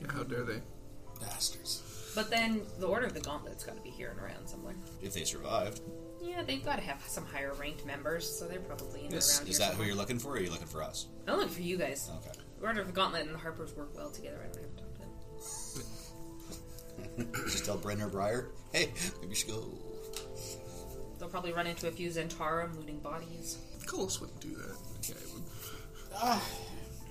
Speaker 4: Yeah, how dare they?
Speaker 5: Bastards.
Speaker 6: But then the Order of the Gauntlet's got to be here and around somewhere.
Speaker 3: If they survived,
Speaker 6: Yeah, they've got to have some higher ranked members, so they're probably in and
Speaker 4: Yes,
Speaker 6: around
Speaker 3: is
Speaker 6: here.
Speaker 3: that who
Speaker 6: somewhere.
Speaker 3: you're looking for? Or are you looking for us?
Speaker 6: I'm looking for you guys.
Speaker 3: Okay.
Speaker 6: The Order of the Gauntlet and the Harpers work well together. I don't have to talk to them.
Speaker 3: Just tell Brenner Breyer, hey, maybe you should go.
Speaker 6: They'll probably run into a few Zentarum looting bodies.
Speaker 4: Cullis wouldn't do that. Yeah, he would.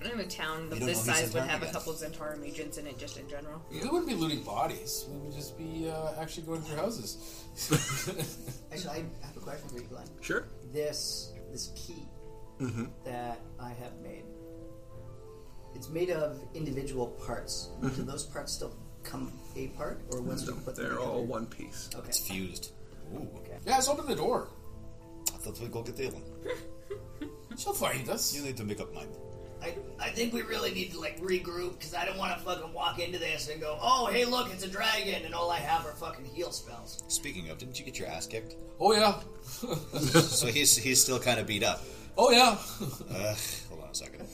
Speaker 6: In a town of
Speaker 3: You don't
Speaker 6: this
Speaker 3: know who
Speaker 6: size would
Speaker 3: Zentarum
Speaker 6: have a
Speaker 3: is.
Speaker 6: couple Zentarum agents in it just in general.
Speaker 5: We wouldn't be looting bodies. We would just be uh, actually going through houses.
Speaker 11: Actually, I have a question for you, Glenn.
Speaker 4: Sure.
Speaker 11: This this key
Speaker 4: Mm-hmm.
Speaker 11: that I have made. It's made of individual parts. Do those parts still come a part, or once we put
Speaker 4: Mm-hmm. They're
Speaker 11: them together?
Speaker 4: all one piece.
Speaker 11: Okay.
Speaker 3: It's fused. Ooh, okay.
Speaker 5: yeah, let's open the door.
Speaker 3: I thought we'd go get the one.
Speaker 5: She'll find us.
Speaker 3: You need to make up mind.
Speaker 7: I, I think we really need to like regroup because I don't want to fucking walk into this and go, oh hey look it's a dragon and all I have are fucking heal spells.
Speaker 3: Speaking of, didn't you get your ass kicked?
Speaker 5: Oh yeah.
Speaker 3: so he's he's still kind of beat up.
Speaker 5: Oh yeah.
Speaker 3: Ugh, hold on a second.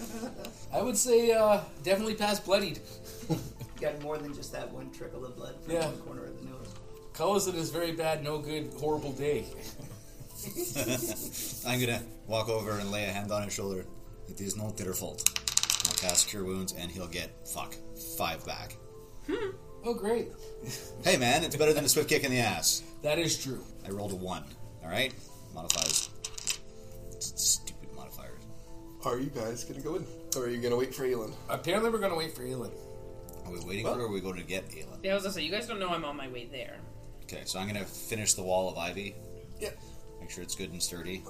Speaker 5: I would say uh, definitely past bloodied.
Speaker 11: Got more than just that one trickle of blood from
Speaker 5: Yeah.
Speaker 11: one corner of the nose.
Speaker 5: Colors it is very bad, no good, horrible day.
Speaker 3: I'm gonna walk over and lay a hand on his shoulder. It is not their fault. I'll cast Cure Wounds, and he'll get fuck five back.
Speaker 5: Oh great.
Speaker 3: Hey man, it's better than a swift kick in the ass.
Speaker 5: That is true.
Speaker 3: I rolled a one. All right, modifiers. S- Stupid modifiers.
Speaker 4: Are you guys gonna go in, or are you gonna wait for Elin?
Speaker 5: Apparently we're gonna wait for Elin.
Speaker 3: Are we waiting for? her or Are we going to get Aelin?
Speaker 6: Yeah, I was gonna say, you guys don't know I'm on my way there.
Speaker 3: Okay, so I'm gonna finish the wall of ivy.
Speaker 4: Yep.
Speaker 3: I Make sure it's good and sturdy.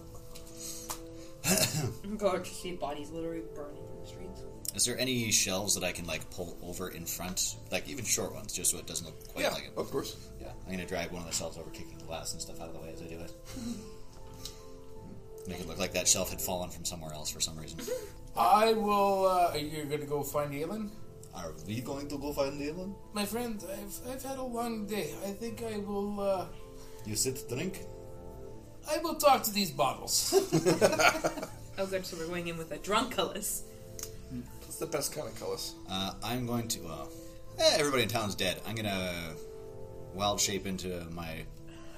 Speaker 6: I'm going to see bodies literally burning in the streets.
Speaker 3: Is there any shelves that I can like pull over in front, like even short ones, just so it doesn't look quite
Speaker 4: Yeah,
Speaker 3: like it?
Speaker 4: of course.
Speaker 3: Yeah, I'm gonna drag one of the shelves over, kicking glass and stuff out of the way as I do it. Make it look like that shelf had fallen from somewhere else for some reason.
Speaker 7: Mm-hmm.
Speaker 5: I will. Uh, are you going to go find Aelin?
Speaker 3: Are we going to go find Aelin?
Speaker 5: My friend, I've, I've had a long day. I think I will. Uh,
Speaker 3: You sit, drink.
Speaker 5: I will talk to these bottles.
Speaker 6: Oh, good. So we're going in with a drunkulus.
Speaker 4: It's the best kind of colors.
Speaker 3: Uh, I'm going to. Uh, eh, everybody in town's dead. I'm gonna wild shape into my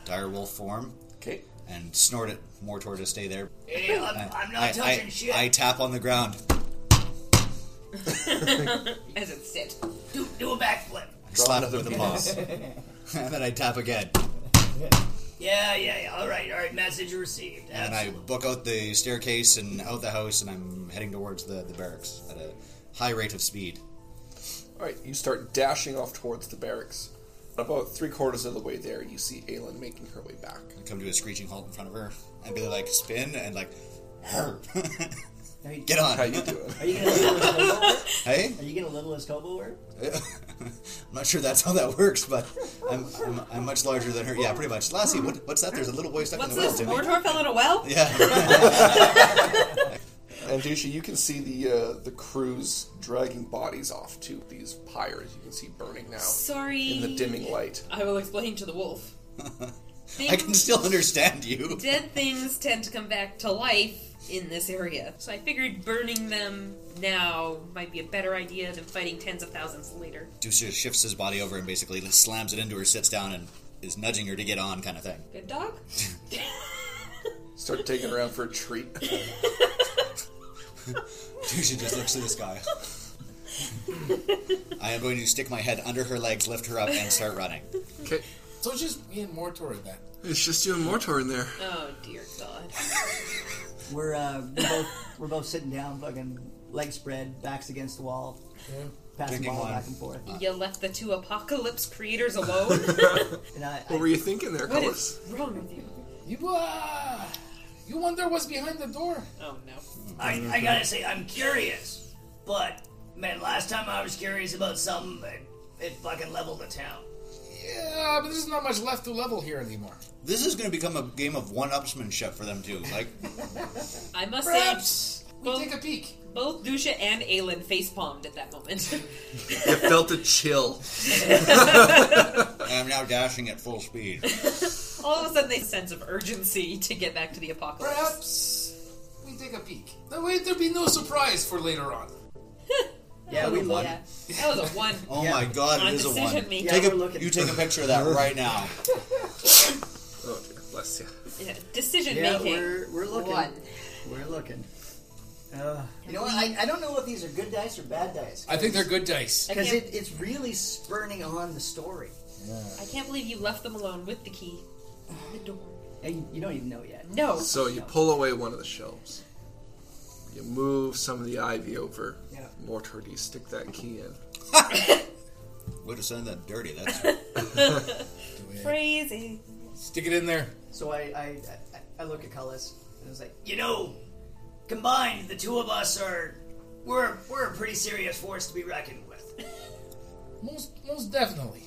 Speaker 3: direwolf form.
Speaker 4: Okay.
Speaker 3: And snort it more toward to stay there.
Speaker 7: Hey, I'm-
Speaker 3: I-
Speaker 7: I'm not
Speaker 3: I-
Speaker 7: touching
Speaker 3: I-
Speaker 7: shit.
Speaker 3: I tap on the ground.
Speaker 6: As it sit.
Speaker 7: Do, do a backflip.
Speaker 3: Slap it with the paws. and then I tap again.
Speaker 7: Yeah, yeah, yeah. All right, all right. Message received.
Speaker 3: And I book out the staircase and out the house, and I'm heading towards the, the barracks at a high rate of speed.
Speaker 4: All right, you start dashing off towards the barracks. About three quarters of the way there, you see Aelin making her way back.
Speaker 3: I come to a screeching halt in front of her and be like, spin and like, her. Get on.
Speaker 4: How you doing?
Speaker 7: Are you gonna little his hobo work?
Speaker 3: Hey?
Speaker 7: Are you gonna little his hobo work?
Speaker 3: I'm not sure that's how that works, but I'm, I'm, I'm much larger than her. Yeah, pretty much. Lassie, what, what's that? There's a little boy stuck
Speaker 6: What's
Speaker 3: in the well,
Speaker 6: this?
Speaker 3: Timmy.
Speaker 6: Mordor fell in a well?
Speaker 3: Yeah.
Speaker 4: And Dusha, you can see the uh, the crews dragging bodies off to these pyres. You can see burning now.
Speaker 6: Sorry.
Speaker 4: In the dimming light.
Speaker 6: I will explain to the wolf.
Speaker 3: I can still understand you.
Speaker 6: Dead things tend to come back to life in this area. So I figured burning them now might be a better idea than fighting tens of thousands later.
Speaker 3: Deuce shifts his body over and basically slams it into her, sits down, and is nudging her to get on, kind of thing.
Speaker 6: Good dog?
Speaker 4: Start taking her out for a treat.
Speaker 3: Dusha just looks to the sky. I am going to stick my head under her legs, lift her up, and start running.
Speaker 4: Okay.
Speaker 8: So it's just me and Mortor at that.
Speaker 4: It's just you and Mortor in there.
Speaker 6: Oh dear God.
Speaker 11: We're uh,
Speaker 7: We're both, we're both sitting down, fucking legs spread, backs against the wall,
Speaker 11: passing
Speaker 7: Drinking
Speaker 11: ball
Speaker 7: wine.
Speaker 11: back and forth.
Speaker 4: Uh.
Speaker 6: You left the two apocalypse creators alone?
Speaker 11: And I,
Speaker 4: What were you thinking there,
Speaker 6: what
Speaker 4: Collis?
Speaker 6: is wrong with you?
Speaker 5: you uh, you wonder what's behind the door.
Speaker 6: Oh no.
Speaker 7: I, I gotta say, I'm curious, but man, last time I was curious about something, it, it fucking leveled the town.
Speaker 5: Yeah, but there's not much left to level here anymore.
Speaker 3: This is going to become a game of one-upsmanship for them too. Like,
Speaker 6: I must
Speaker 5: Perhaps
Speaker 6: say
Speaker 5: we
Speaker 6: both,
Speaker 5: take a peek.
Speaker 6: both Dusha and Aelin face palmed at that moment.
Speaker 4: You felt a chill.
Speaker 3: I am now dashing at full speed.
Speaker 6: All of a sudden they sense of urgency to get back to the apocalypse.
Speaker 5: Perhaps we take a peek. That way there'll be no surprise for later on.
Speaker 11: yeah, we look.
Speaker 6: Yeah. That was a one.
Speaker 3: Oh my god,
Speaker 6: On
Speaker 3: it is a one.
Speaker 6: decision making.
Speaker 11: Yeah,
Speaker 3: Take
Speaker 11: we're
Speaker 3: a,
Speaker 11: looking.
Speaker 3: you take a picture of that right now.
Speaker 4: Oh dear, bless you.
Speaker 6: Yeah, decision
Speaker 11: Yeah,
Speaker 6: making.
Speaker 11: we're, we're looking.
Speaker 6: One.
Speaker 11: We're looking. Uh,
Speaker 10: You know what? I, I don't know if these are good dice or bad dice.
Speaker 5: I think they're good dice.
Speaker 6: I
Speaker 11: because
Speaker 6: can't,
Speaker 11: it, it's really spurning on the story,
Speaker 6: I can't believe you left them alone with the key. The door.
Speaker 11: and you don't even know yet.
Speaker 6: No.
Speaker 4: So you pull away one of the shelves. You move some of the ivy over.
Speaker 11: Yeah.
Speaker 4: Mortor, do you stick that key in?
Speaker 3: Would have sounded that dirty. That's
Speaker 6: Crazy.
Speaker 5: Stick it in there.
Speaker 11: So I, I, I, I look at Cullis and I was like,
Speaker 7: You know, combined, the two of us are we're we're a pretty serious force to be reckoned with.
Speaker 5: Most most definitely.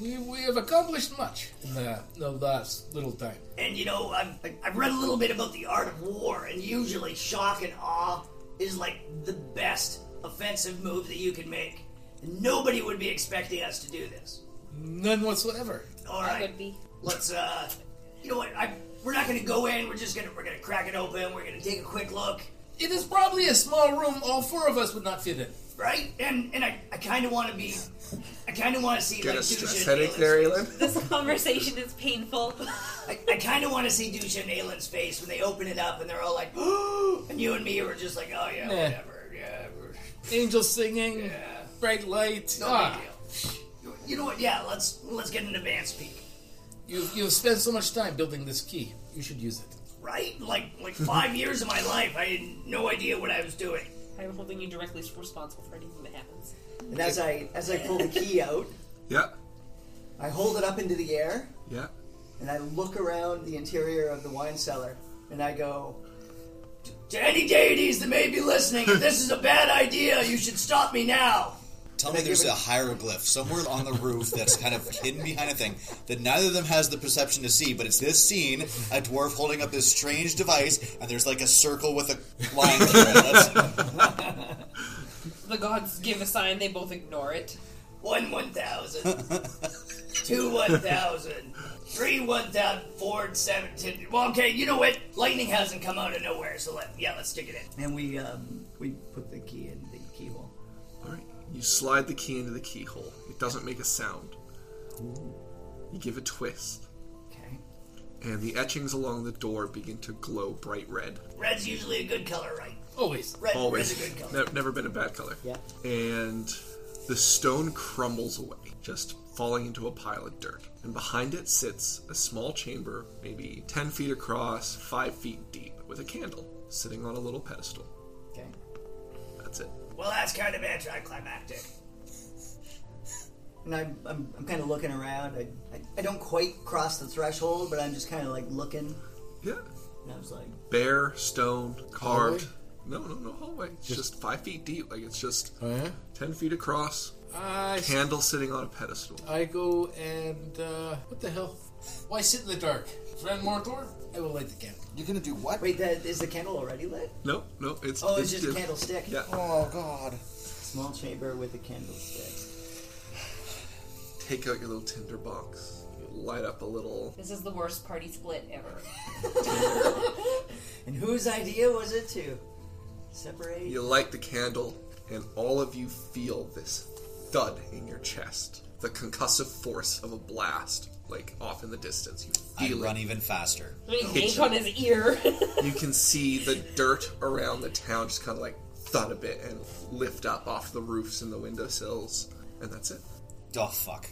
Speaker 5: We, we have accomplished much in the, the last little time.
Speaker 7: And you know, I've I've read a little bit about the art of war, and usually shock and awe is like the best offensive move that you can make. Nobody would be expecting us to do this.
Speaker 5: None whatsoever.
Speaker 7: All
Speaker 6: I
Speaker 7: right.
Speaker 6: would be.
Speaker 7: let's uh you know what I, we're not gonna go in we're just gonna we're gonna crack it open we're gonna take a quick look
Speaker 5: It is probably a small room all four of us would not fit in.
Speaker 7: right and and i, I kind of want to be i kind of want to see
Speaker 4: Get
Speaker 7: like
Speaker 4: a stress
Speaker 7: Dusha
Speaker 4: headache
Speaker 7: and
Speaker 4: there,
Speaker 7: Aelin's-
Speaker 4: Aelin?
Speaker 6: This conversation is painful.
Speaker 7: i, I kind of want to see Dusha and Aelin's face when they open it up and they're all like "Ooh," and you and me were just like oh yeah
Speaker 5: Nah.
Speaker 7: whatever yeah we're-
Speaker 5: Eh, Angels singing,
Speaker 7: yeah
Speaker 5: bright light.
Speaker 7: no
Speaker 5: ah,
Speaker 7: big deal you know what yeah let's let's get an advance peek
Speaker 5: you, you've spent so much time building this key. You should use it.
Speaker 7: right like like five years of my life i had no idea what i was doing
Speaker 6: I'm holding you directly responsible for anything that happens.
Speaker 11: and as I, as I pull the key out,
Speaker 4: Yeah.
Speaker 11: I hold it up into the air,
Speaker 4: Yeah.
Speaker 11: and I look around the interior of the wine cellar, and I go,
Speaker 7: To any deities that may be listening, if this is a bad idea, you should stop me now.
Speaker 3: Tell me there's a hieroglyph somewhere on the roof that's kind of hidden behind a thing that neither of them has the perception to see, but it's this scene a dwarf holding up this strange device, and there's like a circle with a line through it. That's-
Speaker 6: The gods give a sign, they both ignore it.
Speaker 7: One one thousand. Two one thousand. Three one thousand. Four and seven ten. Well, okay, you know what? Lightning hasn't come out of nowhere, so let yeah, let's stick it in.
Speaker 11: and we um, we put the key in the keyhole.
Speaker 4: All right. You slide the key into the keyhole. It doesn't make a sound. You give a twist.
Speaker 11: Okay.
Speaker 4: And the etchings along the door begin to glow bright red.
Speaker 7: Red's usually a good color, right?
Speaker 5: Always.
Speaker 7: Red,
Speaker 4: Always.
Speaker 7: red's a good color.
Speaker 4: Ne- never been a bad color.
Speaker 11: Yeah.
Speaker 4: And the stone crumbles away, just falling into a pile of dirt. And behind it sits a small chamber, maybe 10 feet across, 5 feet deep, with a candle sitting on a little pedestal.
Speaker 11: Okay.
Speaker 4: That's it.
Speaker 7: Well, that's kind of anticlimactic.
Speaker 11: And I'm, I'm, I'm kind of looking around. I, I, I don't quite cross the threshold, but I'm just kind of like looking.
Speaker 4: Yeah.
Speaker 11: And I was like,
Speaker 4: Bare, stone, carved. No, no, no hallway. It's just, five feet deep. Like it's just
Speaker 5: Oh, yeah?
Speaker 4: 10 feet across,
Speaker 5: I,
Speaker 4: candle sitting on a pedestal.
Speaker 5: I go and uh, what the hell? Why sit in the dark, friend Mortor? I will light the candle.
Speaker 9: You're gonna do what?
Speaker 11: wait, that is the candle already lit?
Speaker 4: No, no, it's.
Speaker 11: Oh, it's just a
Speaker 4: dim.
Speaker 11: candlestick.
Speaker 4: Yeah.
Speaker 9: Oh god.
Speaker 11: Small chamber with a candlestick.
Speaker 4: Take out your little tinder box, light up a little.
Speaker 6: This is the worst party split ever.
Speaker 11: And whose idea was it to separate?
Speaker 4: You light the candle, and all of you feel this thud in your chest. The concussive force of a blast, like off in the distance. You
Speaker 3: I
Speaker 4: feel
Speaker 3: run
Speaker 4: it.
Speaker 3: even faster.
Speaker 6: Yank on his ear.
Speaker 4: You can see the dirt around the town just kind of like thud a bit and lift up off the roofs and the windowsills, and that's it.
Speaker 3: Oh fuck.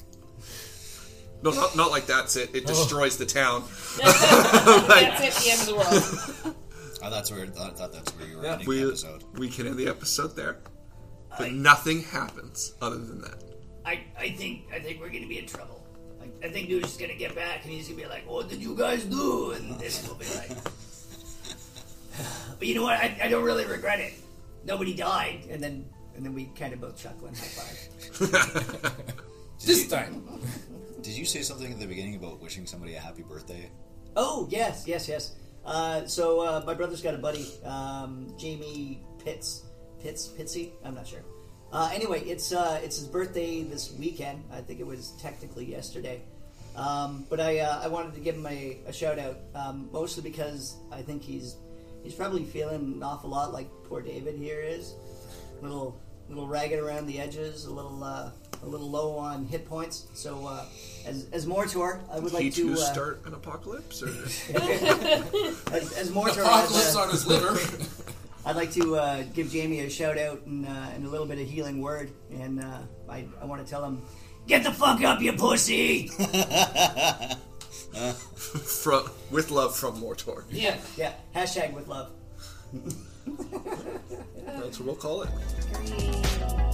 Speaker 4: No, not, not like that's it. It destroys the town.
Speaker 6: That's it, the end of the world.
Speaker 3: Oh, that's where I thought, thought that's where you were ending
Speaker 4: We,
Speaker 3: the episode.
Speaker 4: we can end the episode there. But nothing happens other than that.
Speaker 7: I, I think I think we're gonna be in trouble. I, I think dude's just gonna get back and he's gonna be like, "What did you guys do?" And this will be like, but you know what? I, I don't really regret it. Nobody died.
Speaker 11: And then and then we kind of both chuckle and high five.
Speaker 5: This time.
Speaker 3: Did you say something at the beginning about wishing somebody a happy birthday?
Speaker 11: Oh yes, yes, yes. Uh, so uh, my brother's got a buddy, um, Jamie Pitts, Pitts, Pitsy. I'm not sure. Uh, anyway, it's uh, it's his birthday this weekend. I think it was technically yesterday, um, but I uh, I wanted to give him a, a shout out um, mostly because I think he's he's probably feeling an awful lot like poor David here is, little little ragged around the edges, a little uh, a little low on hit points. So uh, as as Mortor, I would like
Speaker 4: He
Speaker 11: to
Speaker 4: to
Speaker 11: uh,
Speaker 4: start an apocalypse, or
Speaker 11: as, as Mortor,
Speaker 5: Apocalypse
Speaker 11: I'd, uh,
Speaker 5: on his liver.
Speaker 11: I'd like to uh, give Jamie a shout out and, uh, and a little bit of healing word, and uh, I, I want to tell him
Speaker 7: Get the fuck up, you pussy!
Speaker 4: from with love from Mortor.
Speaker 6: Yeah.
Speaker 11: yeah, hashtag with love.
Speaker 4: That's what we'll call it.
Speaker 6: Great.